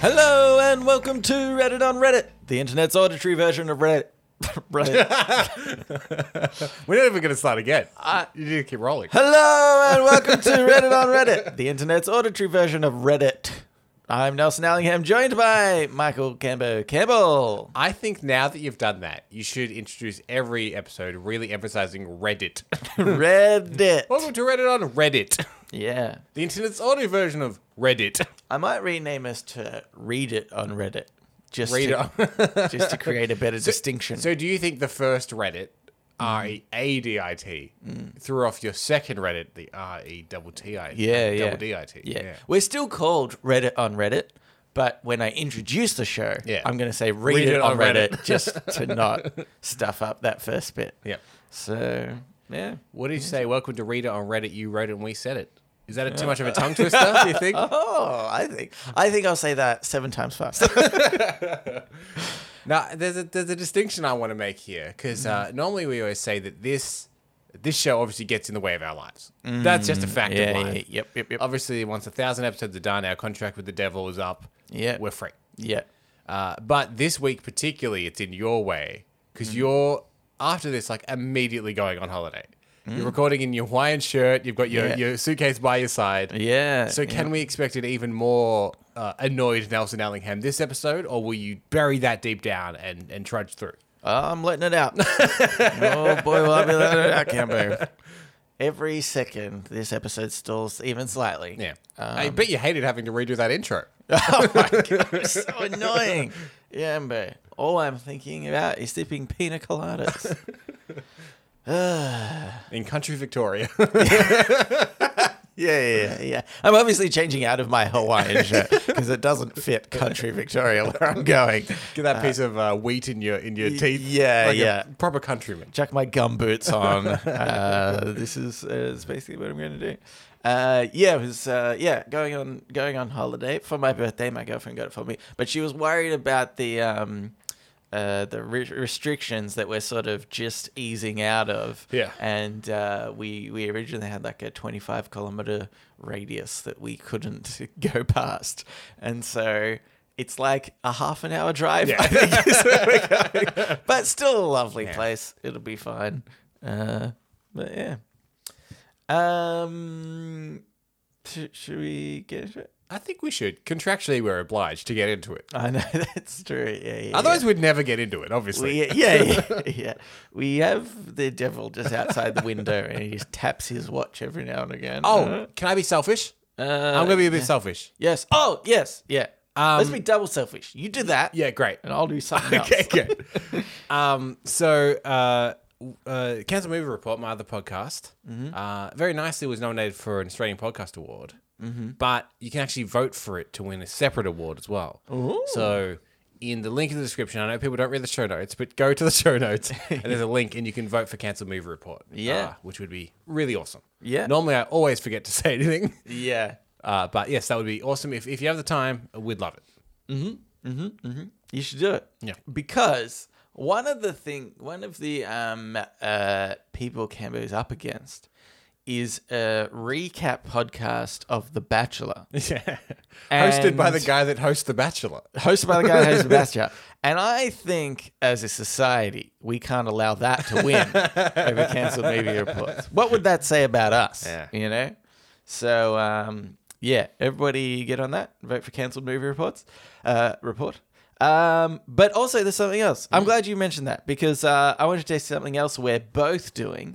Hello and welcome to Reddit on Reddit, the internet's auditory version of Reddit. Reddit. We're not even going to start again. I- you need to keep rolling. Hello and welcome to Reddit on Reddit, the internet's auditory version of Reddit. I'm Nelson Allingham, joined by Michael Cambo Campbell. I think now that you've done that, you should introduce every episode really emphasizing Reddit. Reddit. Welcome to Reddit on Reddit, Yeah. the internet's audio version of Reddit. I might rename us to Read It on Reddit. Just, Read to, it. on- just to create a better distinction. so, do you think the first Reddit, R E A D I T, threw off your second Reddit, the R E double T I T? Yeah, yeah. Double D I T. Yeah. We're still called Reddit on Reddit, but when I introduce the show, Yeah. I'm going to say read, it, on Reddit, just to not stuff up that first bit. Yeah. So, yeah. What did you say? Welcome to Reddit on Reddit. You wrote it and we said it. Is that a, too much of a tongue twister? Do you think? Oh, I think I think I'll say that seven times fast. Now, there's a there's a distinction I want to make here because Mm. uh, normally we always say that this this show obviously gets in the way of our lives. That's just a fact Mm. yeah, of yeah, life. yep, yep, yep. Obviously, once a thousand episodes are done, our contract with the devil is up. Yeah. we're free. yeah. Uh, but this week particularly, it's in your Mm. way because you're after this like immediately going on holiday. You're recording in your Hawaiian shirt. You've got your, Mm. Yeah. your suitcase by your side. Yeah. So can we expect an even more uh, annoyed Nelson Allingham this episode, or will you bury that deep down and, and trudge through? I'm letting it out. oh boy, will I be letting it out, Cambo. Every second this episode stalls even slightly. Yeah. I bet you hated having to redo that intro. Oh my god, so annoying. Yeah, Amber. All I'm thinking about is sipping pina coladas. In country Victoria. yeah, yeah, yeah. I'm obviously changing out of my Hawaiian shirt because it doesn't fit country Victoria where I'm going. Get that piece of uh, wheat in your in your teeth. yeah, Like a yeah. proper countryman. Chuck my gum boots on. Uh, this is uh, it's basically what I'm going to do. Uh, yeah, it was uh, yeah going on going on holiday for my birthday. My girlfriend got it for me, but she was worried about the um, uh, the re- restrictions that we're sort of just easing out of. Yeah. and uh, we we originally had like a 25 kilometer radius that we couldn't go past, and so. It's like a half an hour drive, I think, is where we're going. But still a lovely place. It'll be fine. Uh, but yeah. Um, sh- should we get into it? I think we should. Contractually, we're obliged to get into it. I know that's true. Yeah, yeah. Otherwise, we'd never get into it, yeah. obviously. we, yeah, yeah, yeah. We have the devil just outside the window, and he just taps his watch every now and again. Oh, can I be selfish? Uh, I'm going to be a bit selfish. yes. Oh, yes. Yeah. Let's Um, be double selfish. You do that, Yeah, great. and I'll do something else. okay, good. um, so, uh, uh, Cancel Movie Report, my other podcast, uh, very nicely was nominated for an Australian Podcast Award. Mm-hmm. But you can actually vote for it to win a separate award as well. So, in the link in the description, I know people don't read the show notes, but go to the show notes and there's a link and you can vote for Cancel Movie Report. Yeah. uh, which would be really awesome. Yeah. Normally, I always forget to say anything. Yeah. Uh, but yes, that would be awesome. If, if you have the time, we'd love it. You should do it. Yeah. Because one of the thing, one of the um, uh, people Cambo is up against is a recap podcast of The Bachelor, Yeah. Hosted by And- the guy that hosts The Bachelor. hosted by the guy who hosts The Bachelor. And I think, as a society, we can't allow that to win over cancelled media reports. What would that say about us? Yeah. You know. So um, yeah, everybody get on that. Vote for cancelled movie reports. Uh, report. Um, but also, there's something else. I'm glad you mentioned that because uh, I want to taste something else we're both doing.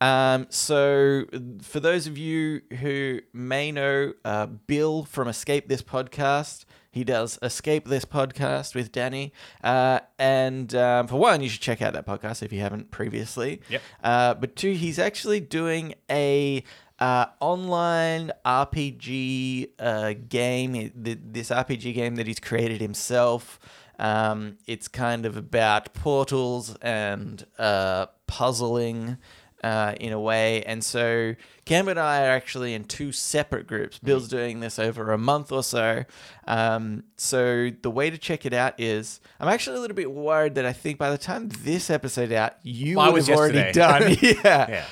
Um, so, for those of you who may know uh, Bill from Escape This Podcast, he does Escape This Podcast with Danny. Uh, and um, for one, you should check out that podcast if you haven't previously. Yep. Uh, but two, he's actually doing a uh, online RPG uh, game. It- th- This RPG game that he's created himself. Um, it's kind of about portals and uh, puzzling. Uh, in a way, and so Cam and I are actually in two separate groups. Bill's Mm. doing this over a month or so. Um, so the way to check it out is, I'm actually a little bit worried that I think by the time this episode out, you Mine would was have already yesterday. done. yeah.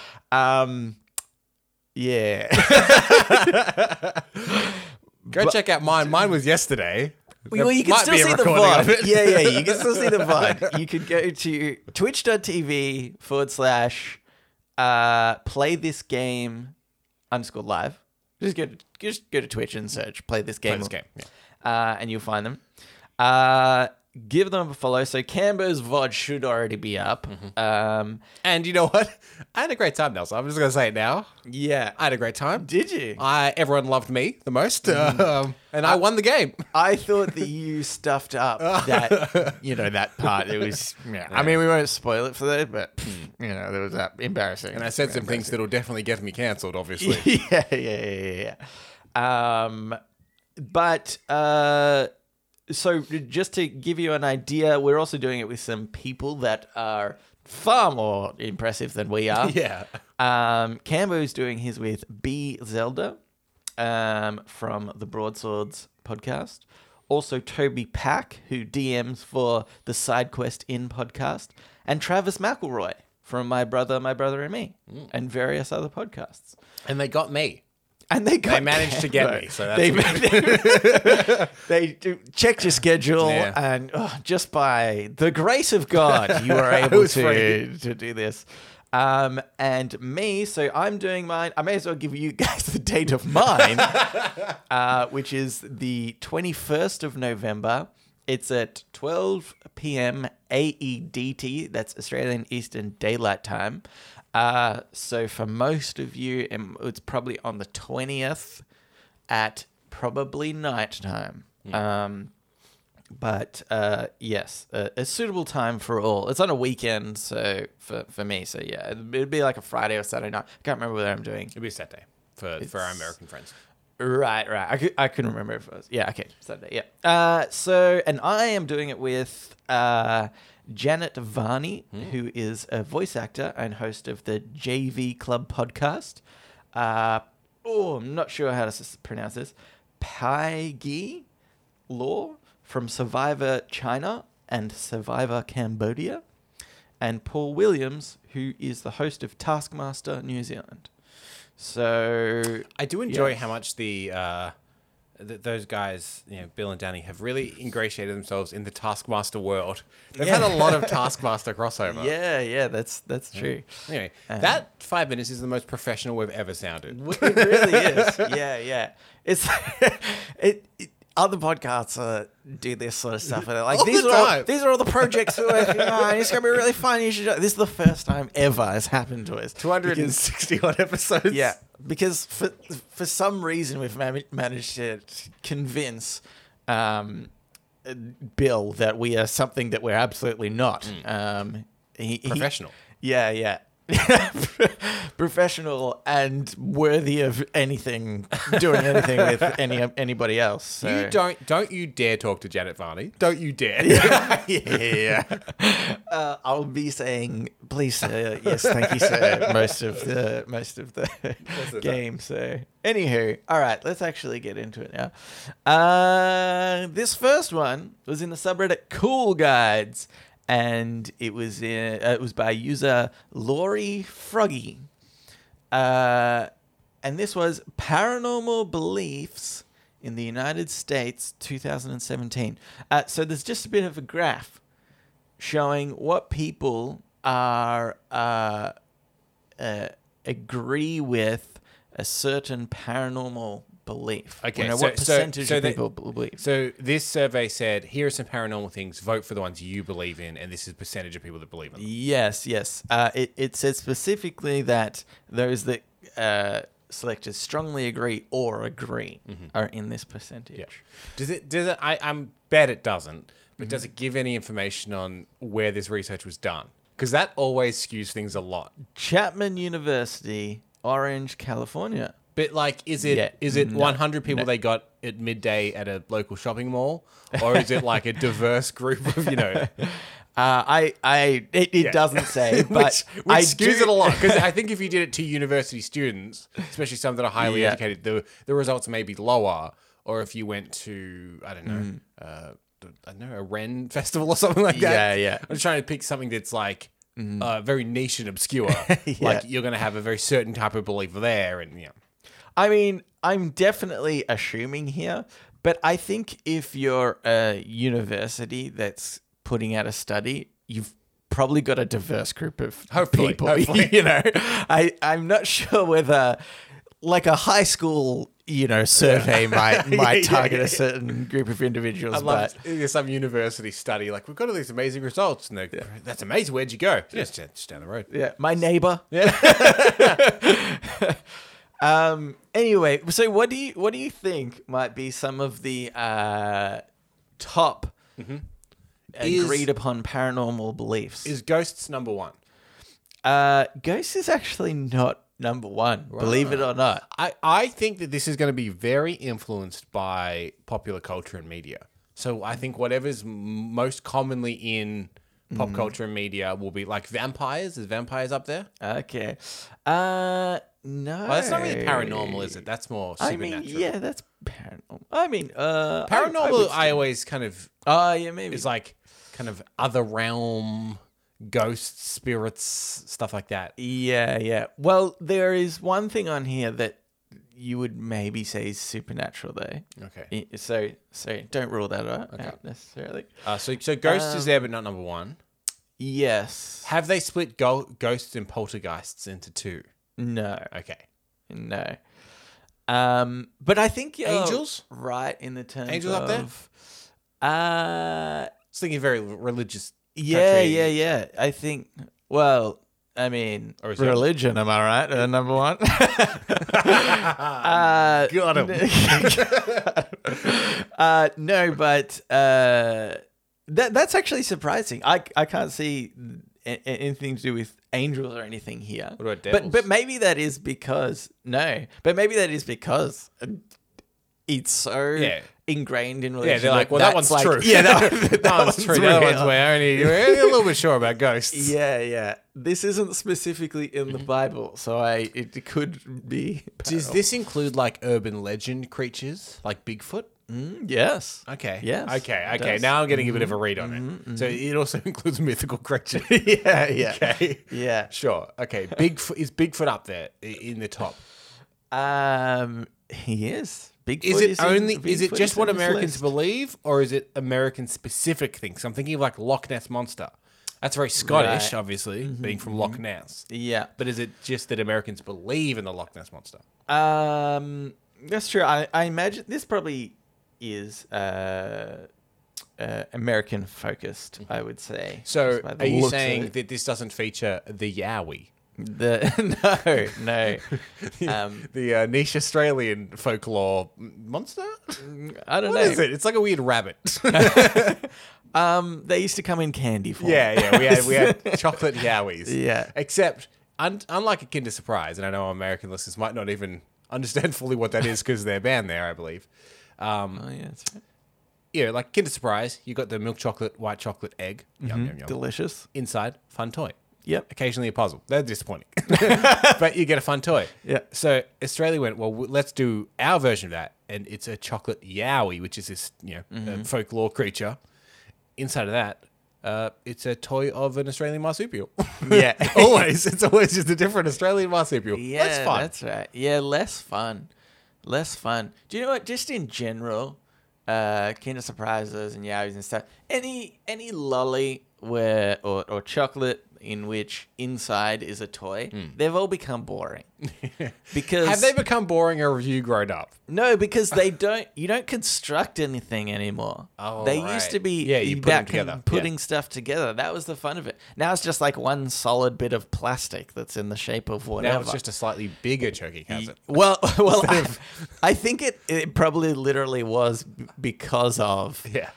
Um, yeah. Go check out mine. Mine was yesterday. There well, you can might still be a see the recording of VOD. it. Yeah, yeah, you can still see the VOD. You could go to twitch.tv forward slash uh, play this game underscore live. Just go, to, just go to Twitch and search play this game. Play this game. Yeah. Uh, and you'll find them. Uh, give them a follow. So Cambo's VOD should already be up. Mm-hmm. Um, And you know what? I had a great time, Nelson. I'm just going to say it now. yeah. I had a great time. Did Mm. you? I everyone loved me the most, um, and I won the game. I thought that you stuffed up that you know that part. It was. Yeah. I mean, we won't spoil it for that, but you know, there was that embarrassing. Hmm. And I said some things that'll definitely get me cancelled. Obviously, yeah, yeah, yeah, yeah, yeah. Um, but uh, so just to give you an idea, we're also doing it with some people that are far more impressive than we are. yeah. Um, Cambo's doing his with B Zelda um, from the Broadswords podcast. Also, Toby Pack, who DMs for the Side Quest In podcast, and Travis McElroy from My Brother, My Brother and Me, Mm. and various other podcasts. And they got me. And they got They managed to get me, so that's they, they do- checked your schedule, Yeah. and oh, just by the grace of God, you were able was to, free. to do this. Um, and me, so I'm doing mine. I may as well give you guys the date of mine, uh, which is the 21st of November. It's at 12 p.m. AEDT. E That's Australian Eastern Daylight Time. Uh, so for most of you, um, it's probably on the 20th at probably nighttime. Um, but uh, yes, a, a suitable time for all. It's on a weekend, so for, for me, so yeah, it'd it'd be like a Friday or Saturday night. I can't remember whether I'm doing. It'll be a sad day for, for our American friends. Right, right. I, cou- I couldn't remember if it was. Yeah, okay, Saturday. Yeah. Uh, so, and I am doing it with uh, Janet Varney, who is a voice actor and host of the JV Club podcast. Uh, oh, I'm not sure how to s- pronounce this. Paigi Law from Survivor China and Survivor Cambodia, and Paul Williams, who is the host of Taskmaster New Zealand. So I do enjoy Yes. how much the uh, th- those guys, you know, Bill and Danny, have really ingratiated themselves in the Taskmaster world. They've had a lot of Taskmaster crossover. Yeah, yeah, that's that's true. Anyway, Uh-huh. that five minutes is the most professional we've ever sounded. It really is. Yeah, yeah. It's it, it- other podcasts uh, do this sort of stuff. And they're like, All these the are all, time. these are all the projects we're working on. It's gonna be really fun. You should. do it." This is the first time ever it's happened to us. Two hundred and sixty odd episodes. Yeah, because for for some reason we've man- managed to convince um, uh, Bill that we are something that we're absolutely not. Mm. Um, he, he- Professional. yeah, yeah. Professional and worthy of anything, doing anything with any anybody else. So. You don't don't you dare talk to Janet Varney. Don't you dare. yeah. Uh, I'll be saying, please, sir. Yes, thank you, sir. Most of the most of the the game. So, anywho, all right, let's actually get into it now. Uh, this first one was in the subreddit Cool Guides, and it was in, uh, it was by user Laurie Froggy. Uh, and this was paranormal beliefs in the United States 2017. Uh, so there's just a bit of a graph showing what people are uh, uh, agree with a certain paranormal belief. Okay, you know, so- what so- percentage so of they- people believe? So this survey said, here are some paranormal things. Vote for the ones you believe in, and this is percentage of people that believe in them. Yes, yes. Uh, it, it says specifically that those that uh, select as strongly agree or agree are in this percentage. Mm-hmm. Yeah. Does it? Does it? I, I'm bet it doesn't. But does Mm-hmm. it give any information on where this research was done? Because that always skews things a lot. Chapman University, Orange, California. But like, is it is Yeah. it No. 100 people they got at midday at a local shopping mall, or is it like a diverse group of you know? Uh, I, I, it, it doesn't say, but which which I skews do- it a lot. Because I think if you did it to university students, especially some that are highly Yeah. educated, the the results may be lower. Or if you went to I don't know, Mm. uh, I don't know a Ren festival or something like Yeah, that. yeah. Mm. I'm just trying to pick something that's like. Uh, very niche and obscure. Yeah. Like you're going to have a very certain type of belief there, and yeah, I mean, I'm definitely assuming here But I think if you're a university that's putting out a study, you've probably got a diverse group of Hopefully, people. hopefully. You know, I, I'm not sure whether like a high school, you know, survey might Yeah, might yeah, target yeah. a certain group of individuals. I but love there's some university study like we've got all these amazing results. And they're, that's amazing. Where'd you go? Just, just down the road. yeah, my neighbor. Yeah. Um. Anyway, so what do you what do you think might be some of the uh, top Is- agreed upon paranormal beliefs? Is ghosts number one? uh, ghosts is actually not number one. Believe it or not. I, I think that this is going to be very influenced by popular culture and media. So I think whatever's m- most commonly in Mm-hmm. pop culture and media will be like vampires. Is vampires up there? Okay. Uh, no. Well, that's not really paranormal, is it? That's more I supernatural. mean, yeah, that's paranormal. I mean, uh, I- I would- Paranormal, I, always kind of Oh, yeah, maybe. is like kind of other realm, ghosts, spirits, stuff like that. Yeah, yeah. Well, there is one thing on here that you would maybe say is supernatural, though. Okay. I- So, so don't rule that out, out necessarily. Uh, so, so Um, ghosts is there, but not number one. Yes. Have they split go- ghosts and poltergeists into two? No. Okay. No. Um, but I think you're Angels? right in the terms Angels up of, there? Uh, It's thinking very religious. yeah, Country. yeah, yeah. I think. Well, I mean, Or is it- religion. Am I right? Uh, number one. uh, Got uh, no, but uh, that that's actually surprising. I I can't see a- a- anything to do with angels or anything here. What about But but devils? maybe that is because no, but maybe that is because uh, it's so Yeah. ingrained in religion. Yeah, they're like, well, that that's one's like- true. Yeah, that, that, one's one's true. That real. one's we're only, we're only a little bit sure about ghosts. yeah, yeah. This isn't specifically in Mm-hmm. the Bible, so I it could be. Does this include like urban legend creatures like Bigfoot? Mm-hmm. Mm, yes. Okay. Yes, Okay. it Okay. does. Mm-hmm. Now I'm getting a bit of a read on it. So it also includes mythical creatures. Yeah, yeah. Okay. Yeah. Sure. Okay. Bigfoot is Bigfoot up there i- in the top. Um, he is. Bigfoot Is it in- only? Is it Bigfoot just what in this Americans list. believe, or is it American specific things? I'm thinking of like Loch Ness monster. That's very Scottish, Right. Mm-hmm, obviously, being from Loch Ness. Yeah. But is it just that Americans believe in the Loch Ness monster? Um, that's true. I, I imagine this probably is uh, uh, American focused. I would say. Mm-hmm. So just by the are you looks of saying it. that this doesn't feature the Yowie, the no, no? Um, the uh, niche Australian folklore m- monster? I don't What know. is it? It's like a weird rabbit. Um, they used to come in candy form. yeah, yeah. We had we had chocolate Yowies. Yeah. Except un- unlike a Kinder Surprise, and I know our American listeners might not even understand fully what that is because they're banned there, I believe. Um, Oh yeah, that's right. yeah, like Kinder Surprise, you got the milk chocolate, white chocolate egg. Yum yum yum. delicious. Inside, fun toy. Yep. occasionally a puzzle. They're disappointing, but you get a fun toy. Yeah. So Australia went well. w- Let's do our version of that, and it's a chocolate yowie, which is this you know Mm-hmm. uh, folklore creature. Inside of that, uh, it's a toy of an Australian marsupial. Yeah. always, it's always just a different Australian marsupial. Yeah, that's fun. right. Yeah, less fun, less fun. Do you know what? Just in general, uh, Kinder Surprises and Yowies and stuff. Any any lolly where or or chocolate in which inside is a toy, they've all become boring. because Hmm. Have they become boring or have you grown up? no, because they don't. You don't construct anything anymore. Oh, they right. used to be Yeah, you put 'em about together. con- Yeah. putting stuff together. That was the fun of it. Now it's just like one solid bit of plastic that's in the shape of whatever. Now it's just a slightly bigger turkey Y- hazard. Well, well, I, I think it, it probably literally was b- because of Yeah.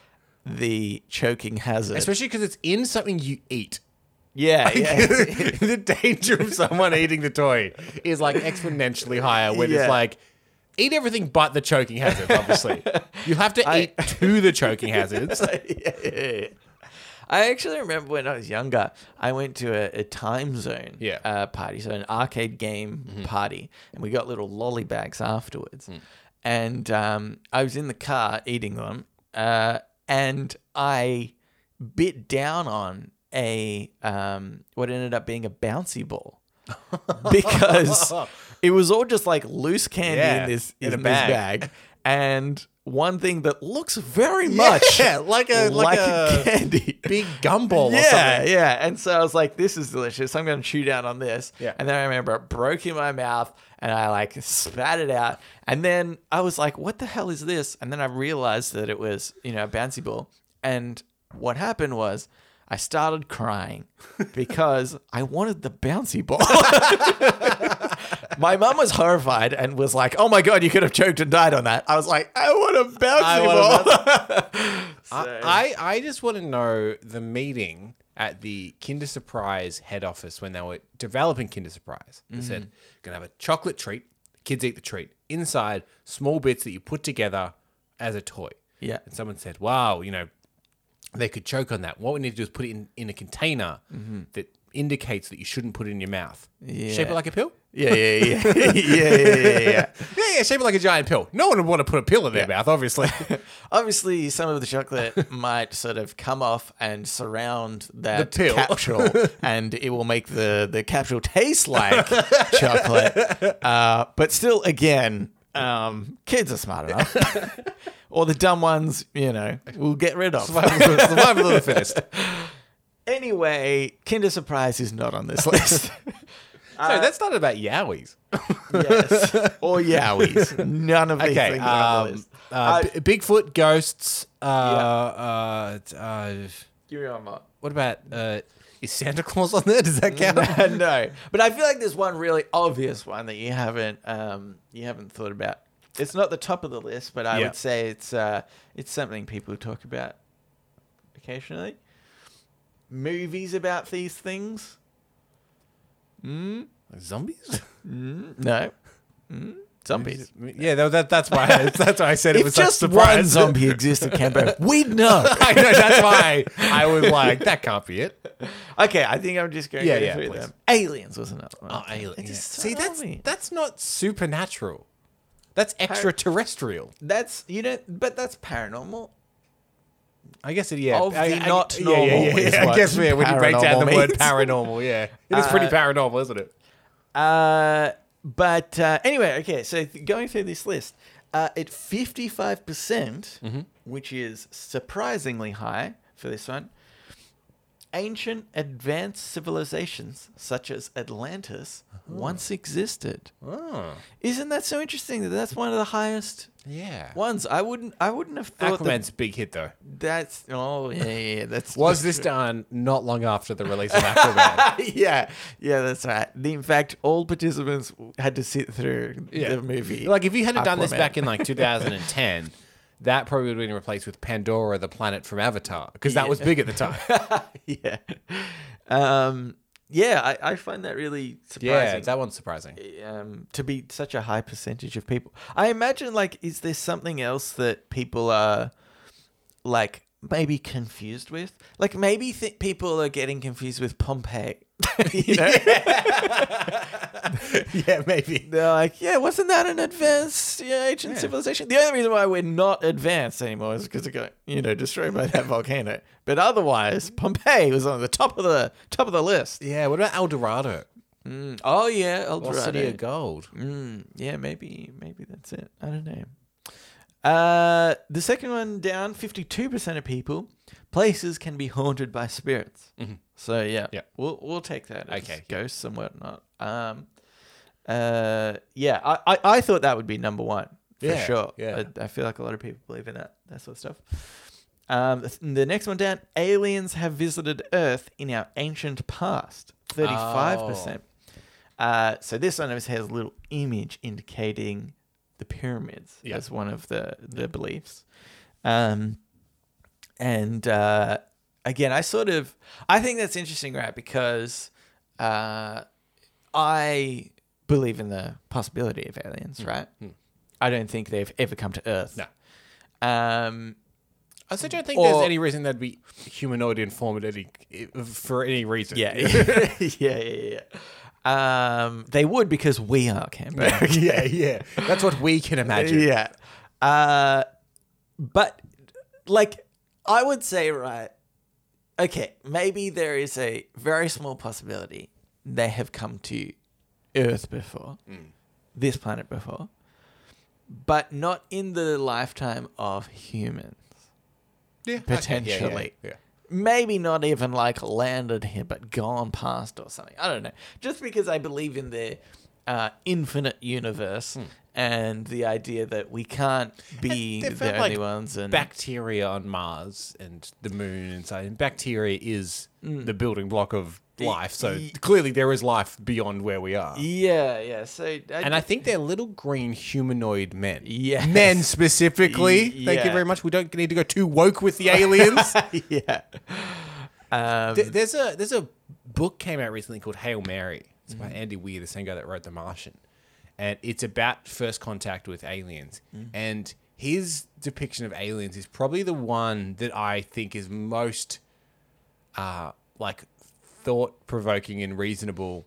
the choking hazard. Especially because it's in something you eat. yeah, yeah. the danger of someone eating the toy is like exponentially higher when Yeah. it's like eat everything but the choking hazard obviously you have to I- eat to the choking hazards Yeah, yeah, yeah. I actually remember when I was younger, I went to a, a time zone Yeah. Mm-hmm. uh, party, so an arcade game party, and we got little lolly bags afterwards. Mm. And um, I was in the car eating them, uh, and I bit down on a um, what ended up being a bouncy ball because it was all just like loose candy Yeah, in this in in, a this bag. bag, and one thing that looks very much Yeah, like a like, like, a, candy. big gumball or yeah, something. yeah. And so I was like, this is delicious. I'm going to chew down on this. Yeah. And then I remember it broke in my mouth and I like spat it out. And then I was like, what the hell is this? And then I realized that it was, you know, a bouncy ball. And what happened was I started crying because I wanted the bouncy ball. my mum was horrified and was like, oh my God, you could have choked and died on that. I was like, I want a bouncy I want a ball. I, I I just want to know the meeting at the Kinder Surprise head office when they were developing Kinder Surprise. They said, gonna have a chocolate treat. Kids eat the treat. Inside, small bits that you put together as a toy. yeah. And someone said, wow, you know, they could choke on that. What we need to do is put it in, in a container that indicates that you shouldn't put it in your mouth. Shape Mm-hmm. Yeah. it like a pill? Yeah, yeah, yeah. yeah, yeah, yeah, yeah, yeah. Yeah, yeah, shape it like a giant pill. No one would want to put a pill in their mouth, obviously. Obviously, some of the chocolate might sort of come off and surround that pill. capsule, and it will make the, the capsule taste like chocolate. Uh, but still, again, um, kids are smart enough. or the dumb ones, you know, we'll get rid of. survival survival of the fittest. Anyway, Kinder Surprise is not on this list. Uh, Sorry, that's not about Yowies. yes. Or Yowies. None of these Okay. things are on the Um, list. uh, B- Bigfoot, ghosts. Uh, uh, t- uh, Give me one more. what about uh, is Santa Claus on there? Does that count? no, but I feel like there's one really obvious one that you haven't um, you haven't thought about. It's not the top of the list, but I Yeah. would say it's uh, it's something people talk about occasionally. Movies about these things? Zombies? No, Mm, zombies. Yeah, that, that, that's why. that's why I said it If was such a just surprise. one zombie existed, Cambo, we'd know. I know. That's why I was like, that can't be it. Okay, I think I'm just going Yeah, to go yeah, through please. them. Aliens was another one. Oh, It alien. just See, that's totally- that's not supernatural. That's extraterrestrial. that's you know, but that's paranormal. I guess it. Yeah. Uh, Of I, the I- not yeah, yeah, normal yeah, is yeah. I what guess yeah, when you break down the paranormal word means. paranormal, yeah, it is pretty Uh, paranormal, isn't it? Uh, but uh, anyway, okay. So th- going through this list, uh, at fifty-five percent, Mm-hmm. which is surprisingly high for this one, ancient advanced civilizations such as Atlantis once existed. Oh, Isn't that so interesting? That that's one of the highest yeah. ones. I wouldn't. I wouldn't have thought Aquaman's a big hit though. that. That's oh yeah, yeah. yeah, That's Was this done not long after the release of Aquaman? yeah, yeah, that's right. The- In fact, all participants had to sit through Yeah. the movie. like, if you had done this Aquaman. back in like 2010, that probably would have been replaced with Pandora, the planet from Avatar, because that was big at the time. yeah. Um, yeah, I, I find that really yeah, surprising. that one's surprising. um, to be such a high percentage of people. I imagine, like, is there something else that people are, like, maybe confused with? Like, maybe th- people are getting confused with Pompeii. you know? yeah, maybe. They're like, yeah, wasn't that an advanced you know, ancient Yeah. civilization? The only reason why we're not advanced anymore is because it got, you know, destroyed by that volcano. But otherwise, Pompeii was on the top of the top of the list. Yeah, what about El Dorado? Mm. Oh yeah, El Lost City Dorado. of Gold. Mm. Yeah, maybe maybe that's it. I don't know. Uh, the second one down, fifty-two percent of people, places can be haunted by spirits. So yeah, Mm-hmm. Yeah. we'll we'll take that. As Okay. ghosts and whatnot. Um, uh, yeah, I, I, I thought that would be number one for Yeah, sure. yeah. I, I feel like a lot of people believe in that that sort of stuff. Um, th- the next one down, aliens have visited Earth in our ancient past. Thirty-five Oh. percent. Uh, so this one has has a little image indicating the pyramids Yeah. as one of the the beliefs. Um, and uh, again, I sort of I think that's interesting, right? Because uh, I believe in the possibility of aliens, Hmm. right? I don't think they've ever come to Earth. No. Um, I also don't think Or- there's any reason that'd be humanoid in form at any, for any reason. yeah, yeah, yeah, yeah. yeah. Um, they would because we are Canberra. yeah, yeah. That's what we can imagine. Yeah. Uh, but like, I would say, right? Okay, maybe there is a very small possibility Mm. they have come to Earth before, this planet before, but not in the lifetime of humans. Yeah, okay, Potentially. Yeah, yeah, Maybe not even like landed here, but gone past or something. I don't know. Just because I believe in the uh, infinite universe Hmm. and the idea that we can't be they the felt only like ones. And Mm. Bacteria on Mars and the moon inside, and bacteria is the building block of life. So y- clearly, there is life beyond where we are. yeah, yeah. So I, And I think they're little green humanoid men. Yes. Men specifically. Y- Thank you yeah. very much. We don't need to go too woke with the aliens. yeah. Um, Th- there's a there's a book came out recently called Hail Mary. It's Mm-hmm. by Andy Weir, the same guy that wrote The Martian, and it's about first contact with aliens. Mm-hmm. And his depiction of aliens is probably the one that I think is most uh, like thought provoking and reasonable.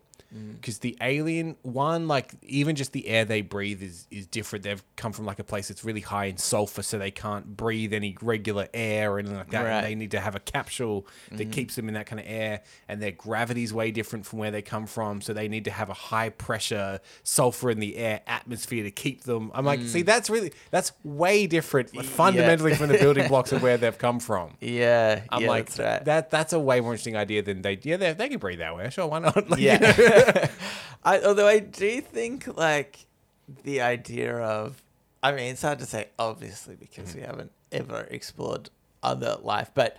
Because the alien one, like even just the air they breathe is is different. They've come from like a place that's really high in sulfur, so they can't breathe any regular air or anything like that. Right. And they need to have a capsule that keeps them in that kind of air, and their gravity's way different from where they come from, so they need to have a high pressure sulfur in the air atmosphere to keep them. I'm like, see, that's really that's way different fundamentally from the building blocks of where they've come from. yeah. I'm yeah, like that's right. that. That's a way more interesting idea than they. Yeah, they, they can breathe that way. Sure, why not? Like, you know. Yeah. I, although I do think like the idea of, I mean, it's hard to say obviously because Mm-hmm. we haven't ever explored other life, but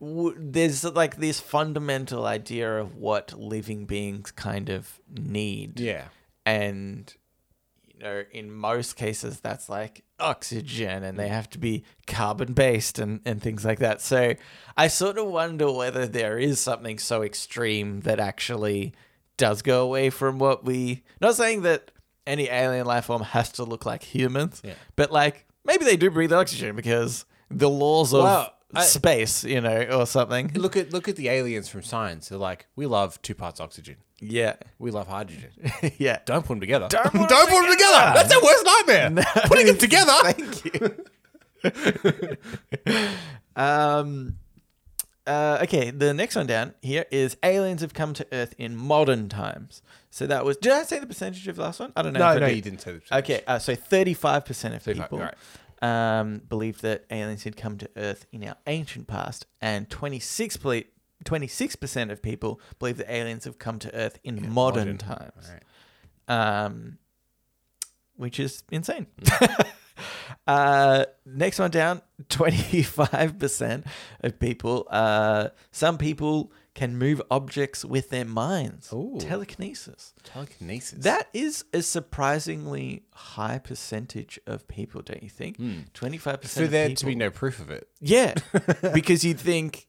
w- there's like this fundamental idea of what living beings kind of need, yeah. and you know, in most cases, that's like oxygen, and they have to be carbon based and and things like that. So I sort of wonder whether there is something so extreme that actually does go away from what we. Not saying that any alien life form has to look like humans, Yeah. but like maybe they do breathe oxygen because the laws of Well, I- space, you know, or something. Look at look at the aliens from science. They're like, we love two parts oxygen. Yeah, We love hydrogen. yeah. Don't put them together. Don't put 'em together. That's our worst nightmare. Putting them together. Thank you. um, uh, okay, the next one down here is aliens have come to Earth in modern times. So that was. Did I say the percentage of the last one? I don't know. if No, I no, did. you didn't say the Okay, uh, so 35% of 35, people alright. um, believe that aliens had come to Earth in our ancient past, and 26 ple- 26% of people believe that aliens have come to Earth in modern, modern. times, Alright. um, which is insane. Mm. uh, next one down 25% of people. Uh, some people can move objects with their minds. Ooh. Telekinesis. Telekinesis. That is a surprisingly high percentage of people, don't you think? Twenty-five percent. for of there people. Hmm. to be no proof of it. yeah, because you'd think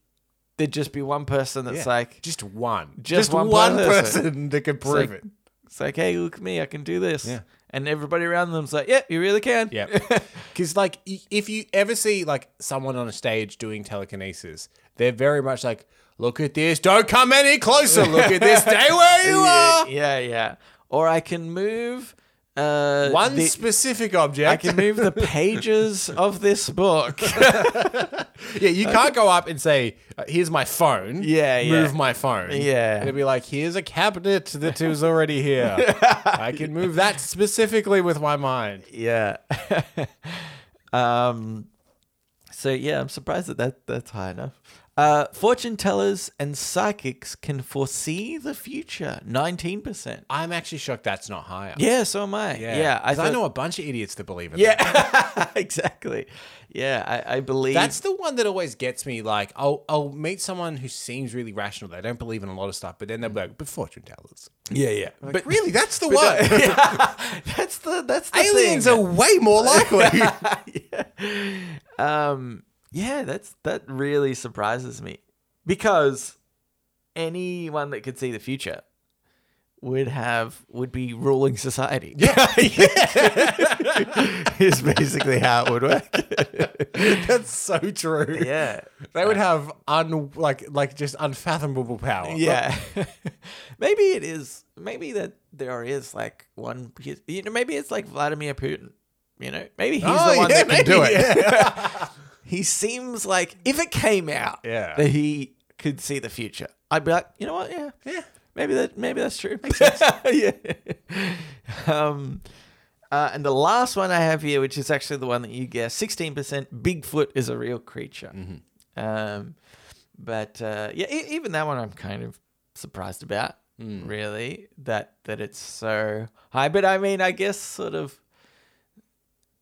there'd just be one person that's Yeah. like, just one. Just one person. person. that could prove like- it. it's like, hey, look at me, I can do this, Yeah. and everybody around them's like, yeah, you really can. Yeah. Because, like, y- if you ever see, like, someone on a stage doing telekinesis, they're very much like, look at this, don't come any closer, look at this, stay where you yeah, are. yeah, yeah. Or I can move. Uh, One the- specific I object. can move the pages of this book. yeah, you can't go up and say, uh, here's my phone. Yeah, yeah. Move my phone. Yeah. It'll be like, here's a cabinet that is already here. I can move that specifically with my mind. Yeah. um, so yeah, I'm surprised that, that that's high enough. Uh, fortune tellers and psychics can foresee the future. Nineteen percent. I'm actually shocked that's not higher. Yeah, so am I. Yeah, I, I thought- know a bunch of idiots that believe in that. Yeah, exactly. Yeah, I, I believe. That's the one that always gets me. Like, I'll I'll meet someone who seems really rational. They don't believe in a lot of stuff, but then they'll be like, "But fortune tellers." yeah, yeah. But, But really, that's the one. yeah, that's the that's the Aliens thing. are way more likely. um yeah that's that really surprises me because anyone that could see the future would have would be ruling society yeah, is basically how it would work that's so true. yeah They would have un like like just unfathomable power. yeah maybe it is maybe that there is like one you know maybe it's like vladimir putin you know maybe he's Oh, the one yeah, that can do maybe, it yeah. he seems like if it came out Yeah. that he could see the future i'd be like you know what yeah Yeah. Maybe that maybe that's true. yeah. Um, Uh, and the last one I have here, which is actually the one that you guessed, 16% Bigfoot is a real creature. Um, but uh, yeah, e- even that one I'm kind of surprised about, Hmm. really, that that it's so high. But I mean, I guess sort of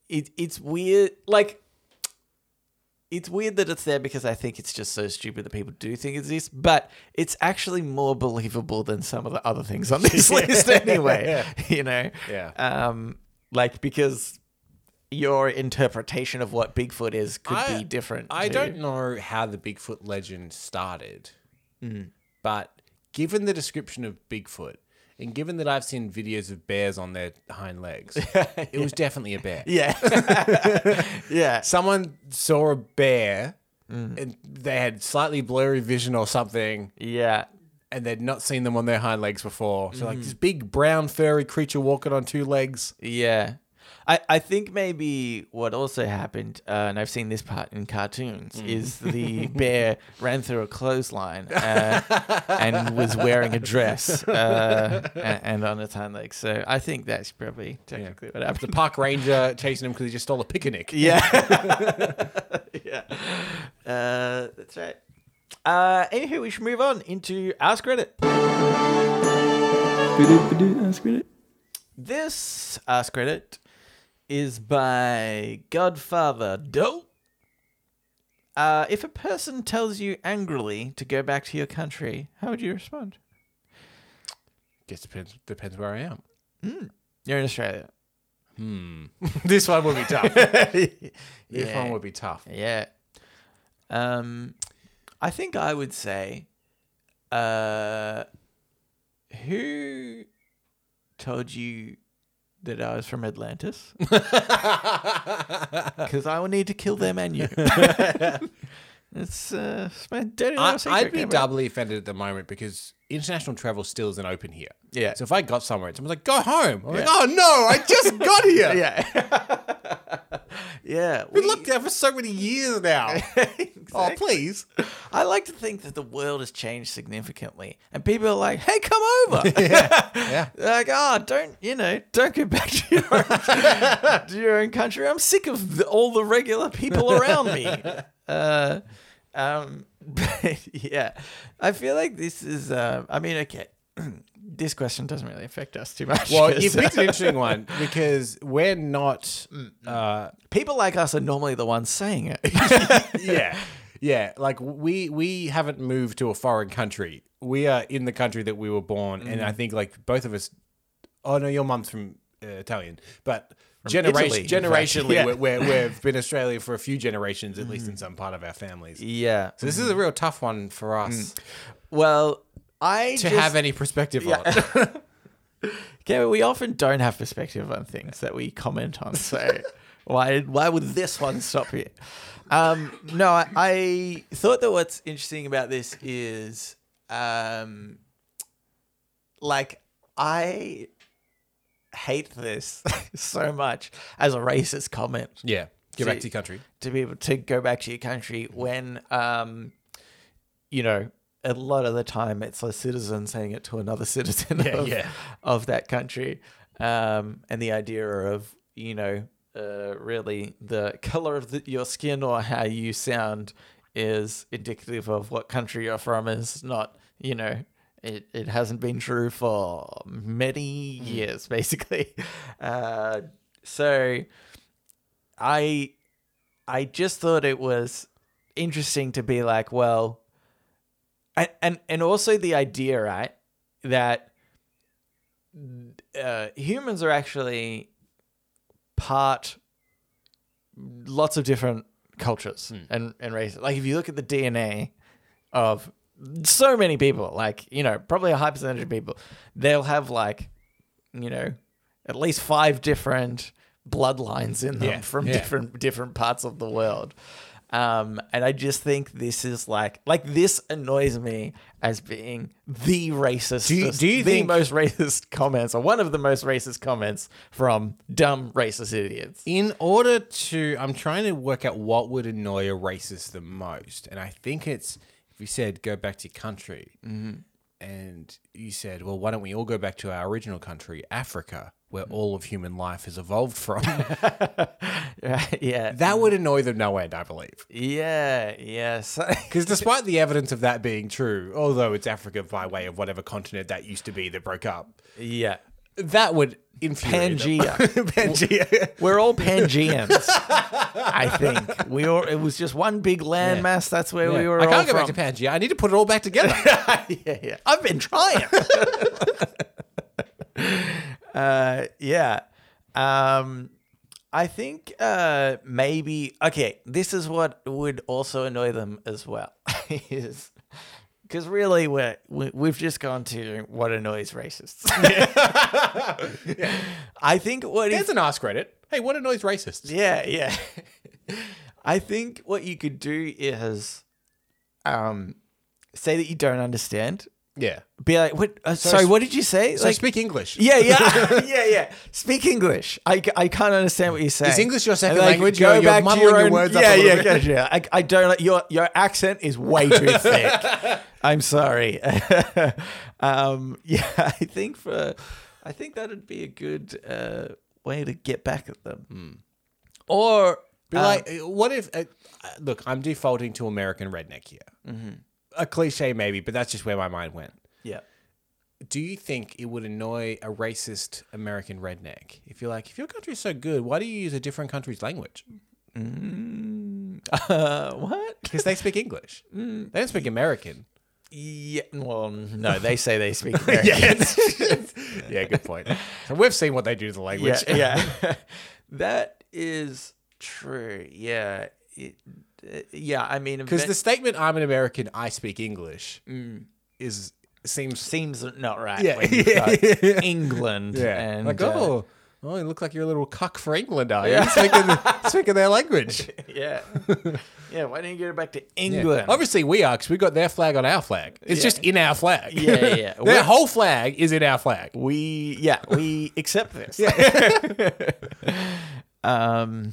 it, it's weird. Like, it's weird that it's there because I think it's just so stupid that people do think it exists, but it's actually more believable than some of the other things on this list anyway. You know? Yeah. Um, like because your interpretation of what Bigfoot is could be different. I to- don't know how the Bigfoot legend started, Mm-hmm. but given the description of Bigfoot, and given that I've seen videos of bears on their hind legs, it was definitely a bear. Yeah. yeah. Someone saw a bear, Mm-hmm. and they had slightly blurry vision or something, Yeah. and they'd not seen them on their hind legs before. So Mm-hmm. like this big brown furry creature walking on two legs. Yeah. I, I think maybe what also happened, uh, and I've seen this part in cartoons, is the bear ran through a clothesline uh, and was wearing a dress uh, a- and on its hind legs. So I think that's probably technically what The happened. park ranger chasing him because he just stole a picnic. Yeah. yeah. Uh, that's right. Uh, anywho, we should move on into Ask Reddit. This Ask Reddit is by Godfather Doe. Uh, if a person tells you angrily to go back to your country, how would you respond? Guess depends depends where I am. You're in Australia. this one would be tough. This Yeah. one would be tough. Yeah. Um, I think I would say, uh, who told you that I was from Atlantis? Because I will need to kill their menu. it's, uh, it's my dirty little I, secret, I'd be Cameron. doubly offended at the moment because international travel still isn't open here. Yeah. So if I got somewhere, someone's like, "Go home." I'm like, "Oh no, I just got here. Yeah. yeah. We've we- lived there for so many years now. Oh please." I like to think that the world has changed significantly, and people are like, "Hey, come over." Yeah. They're like, oh, don't, you know, don't go back to your own, to your own country. I'm sick of the, all the regular people around me. Uh, um, but yeah, I feel like this is, uh, I mean, okay, this question doesn't really affect us too much. Well, 'cause, you uh, picked an interesting one because we're not. Uh, people like us are normally the ones saying it. yeah, yeah. Like we we haven't moved to a foreign country. We are in the country that we were born, and Mm. I think like both of us. Oh no, your mum's from uh, Italian, but Italy, generation in fact. generationally, Yeah. Mm. we're, we're, we've been Australia for a few generations, at least in some part of our families. yeah. So this is a real tough one for us Well, I to Mm. just, have any perspective on. Okay, we often don't have perspective on things that we comment on. So why why would this one stop you? Um, no, I, I thought that what's interesting about this is, um, like, I hate this so much as a racist comment Yeah, get back See- to your country. to be able to go back to your country Mm-hmm. when, um, you know, a lot of the time it's a citizen saying it to another citizen of, yeah. of that country. Um, and the idea of, you know, uh, really the color of the, your skin or how you sound is indicative of what country you're from is not, you know, it, it hasn't been true for many Mm. years, basically. Uh, so I I just thought it was interesting to be like, well, and and, and also the idea, right, that uh, humans are actually part lots of different cultures Hmm. and and races. Like if you look at the DNA of so many people, like you know, probably a high percentage of people, they'll have like, you know, at least five different bloodlines in them Yeah, from yeah. different different different parts of the world. Um, and I just think this is like like this annoys me as being the racist, you- do you the think- most racist comments or one of the most racist comments from dumb racist idiots? In order to, I'm trying to work out what would annoy a racist the most, and I think it's if you said go back to your Mm-hmm. country, and you said, well, why don't we all go back to our original country, Africa? where Mm-hmm. all of human life has evolved from. Right, yeah. that would annoy them no end, I believe. yeah, yeah. So, Because despite the evidence of that being true, although it's Africa by way of whatever continent that used to be that broke up, yeah. that would infuriate them. Pangea. We're all Pangeans, I think. We all, it was just one big landmass. That's where we were I all can't go from. back to Pangea. I need to put it all back together. yeah, yeah. I've been trying. uh, yeah. Um, I think uh, maybe okay. This is what would also annoy them as well, is because really we're, we we've just gone to what annoys racists. I think what if There's an ask credit. Hey, what annoys racists? yeah, yeah. I think what you could do is um, say that you don't understand. Yeah. Be like, what? Uh, sorry, what did you say? So like, speak English. yeah, yeah, yeah, yeah. Speak English. I, c- I can't understand what you're saying. English your And, second language? Go You're- you're back to muddling your, your own, words up Yeah, a little yeah, bit. yeah, yeah. I, I don't like your your accent is way too thick. I'm sorry. um, yeah, I think for I think that'd be a good uh, way to get back at them. Hmm. Or Be uh, like, uh, what if? Uh, uh, look, I'm defaulting to American redneck here. Mm-hmm. A cliche, maybe, but that's just where my mind went. yeah. Do you think it would annoy a racist American redneck if you're like, if your country's so good, why do you use a different country's language? Mm, uh, what? Because they speak English. Mm. They don't speak American. Yeah. Well, no, they say they speak American. yeah, good point. So we've seen what they do to the language. yeah, yeah. that is true. Yeah, it, uh, yeah. I mean, Because event- the statement "I'm an American, I speak English" Mm. is seems seems not right. Yeah, when you've yeah, got yeah. England. yeah and, like uh, oh. Oh, you look like you're a little cuck for England, are you? Speaking, speaking their language. yeah, yeah. Why don't you get it back to Yeah. England? Obviously, we are because we got their flag on our flag. It's just in our flag. Yeah, yeah, yeah. their We're- whole flag is in our flag. We yeah we accept this. um,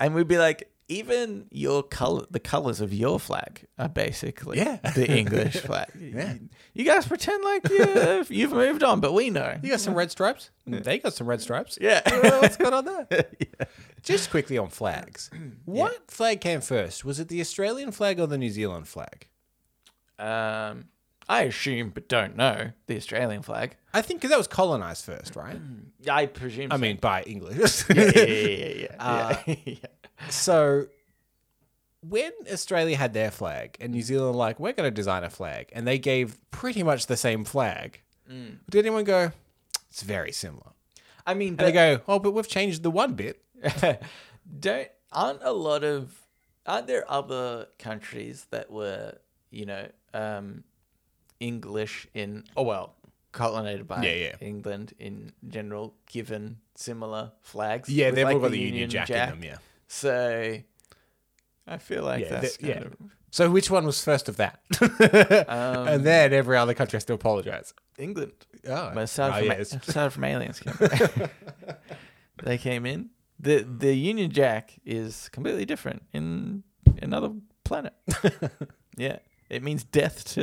and we'd be like, even your color, the colors of your flag are basically Yeah. the English flag. yeah. You guys pretend like you you've moved on, but we know. You got some red stripes. They got some red stripes. Yeah. What's going on there? Just quickly on flags. What flag came first? Was it the Australian flag or the New Zealand flag? um, I assume, but don't know the Australian flag. I think because that was colonized first, right? I presume. I mean, by English. yeah, yeah, yeah, yeah. yeah. Uh, so when Australia had their flag and New Zealand were like, we're going to design a flag, and they gave pretty much the same flag, Mm. did anyone go, it's very similar? I mean, And but they go, oh, but we've changed the one bit. don't aren't a lot of aren't there other countries that were you know um english in oh well colonized by Yeah, yeah. england in general given similar flags Yeah, with, they've like, all got the, Union Jack, in them, yeah. so i feel like Yeah, that's the- yeah. kind of So which one was first of that? Um, and then every other country has to apologize. england Oh, but aside, oh, from, yeah, a- it's- aside from aliens came they came in the the union jack is completely different in another planet Yeah, it means death to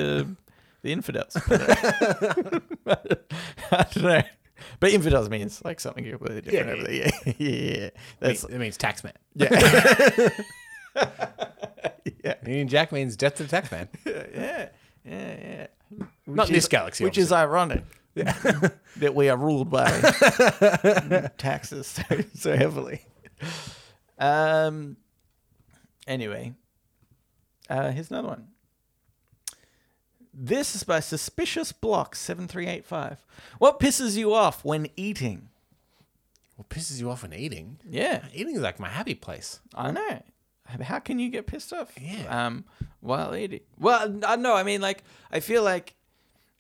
the infidels. uh, I don't know, but infidels means like something completely different Yeah, over there. Yeah, yeah, yeah, yeah. That's it means tax man. yeah, Union Jack means death to the tax man. yeah, yeah, yeah. Not in is- this galaxy, which is ironic. that we are ruled by taxes so, so heavily. Um. Anyway, uh, here's another one. This is by Suspicious Block 7385. What pisses you off when eating? What pisses you off when eating? Yeah, Eating is like my happy place. I know. How can you get pissed off? Yeah. Um, while eating. Well, I know. I mean, like, I feel like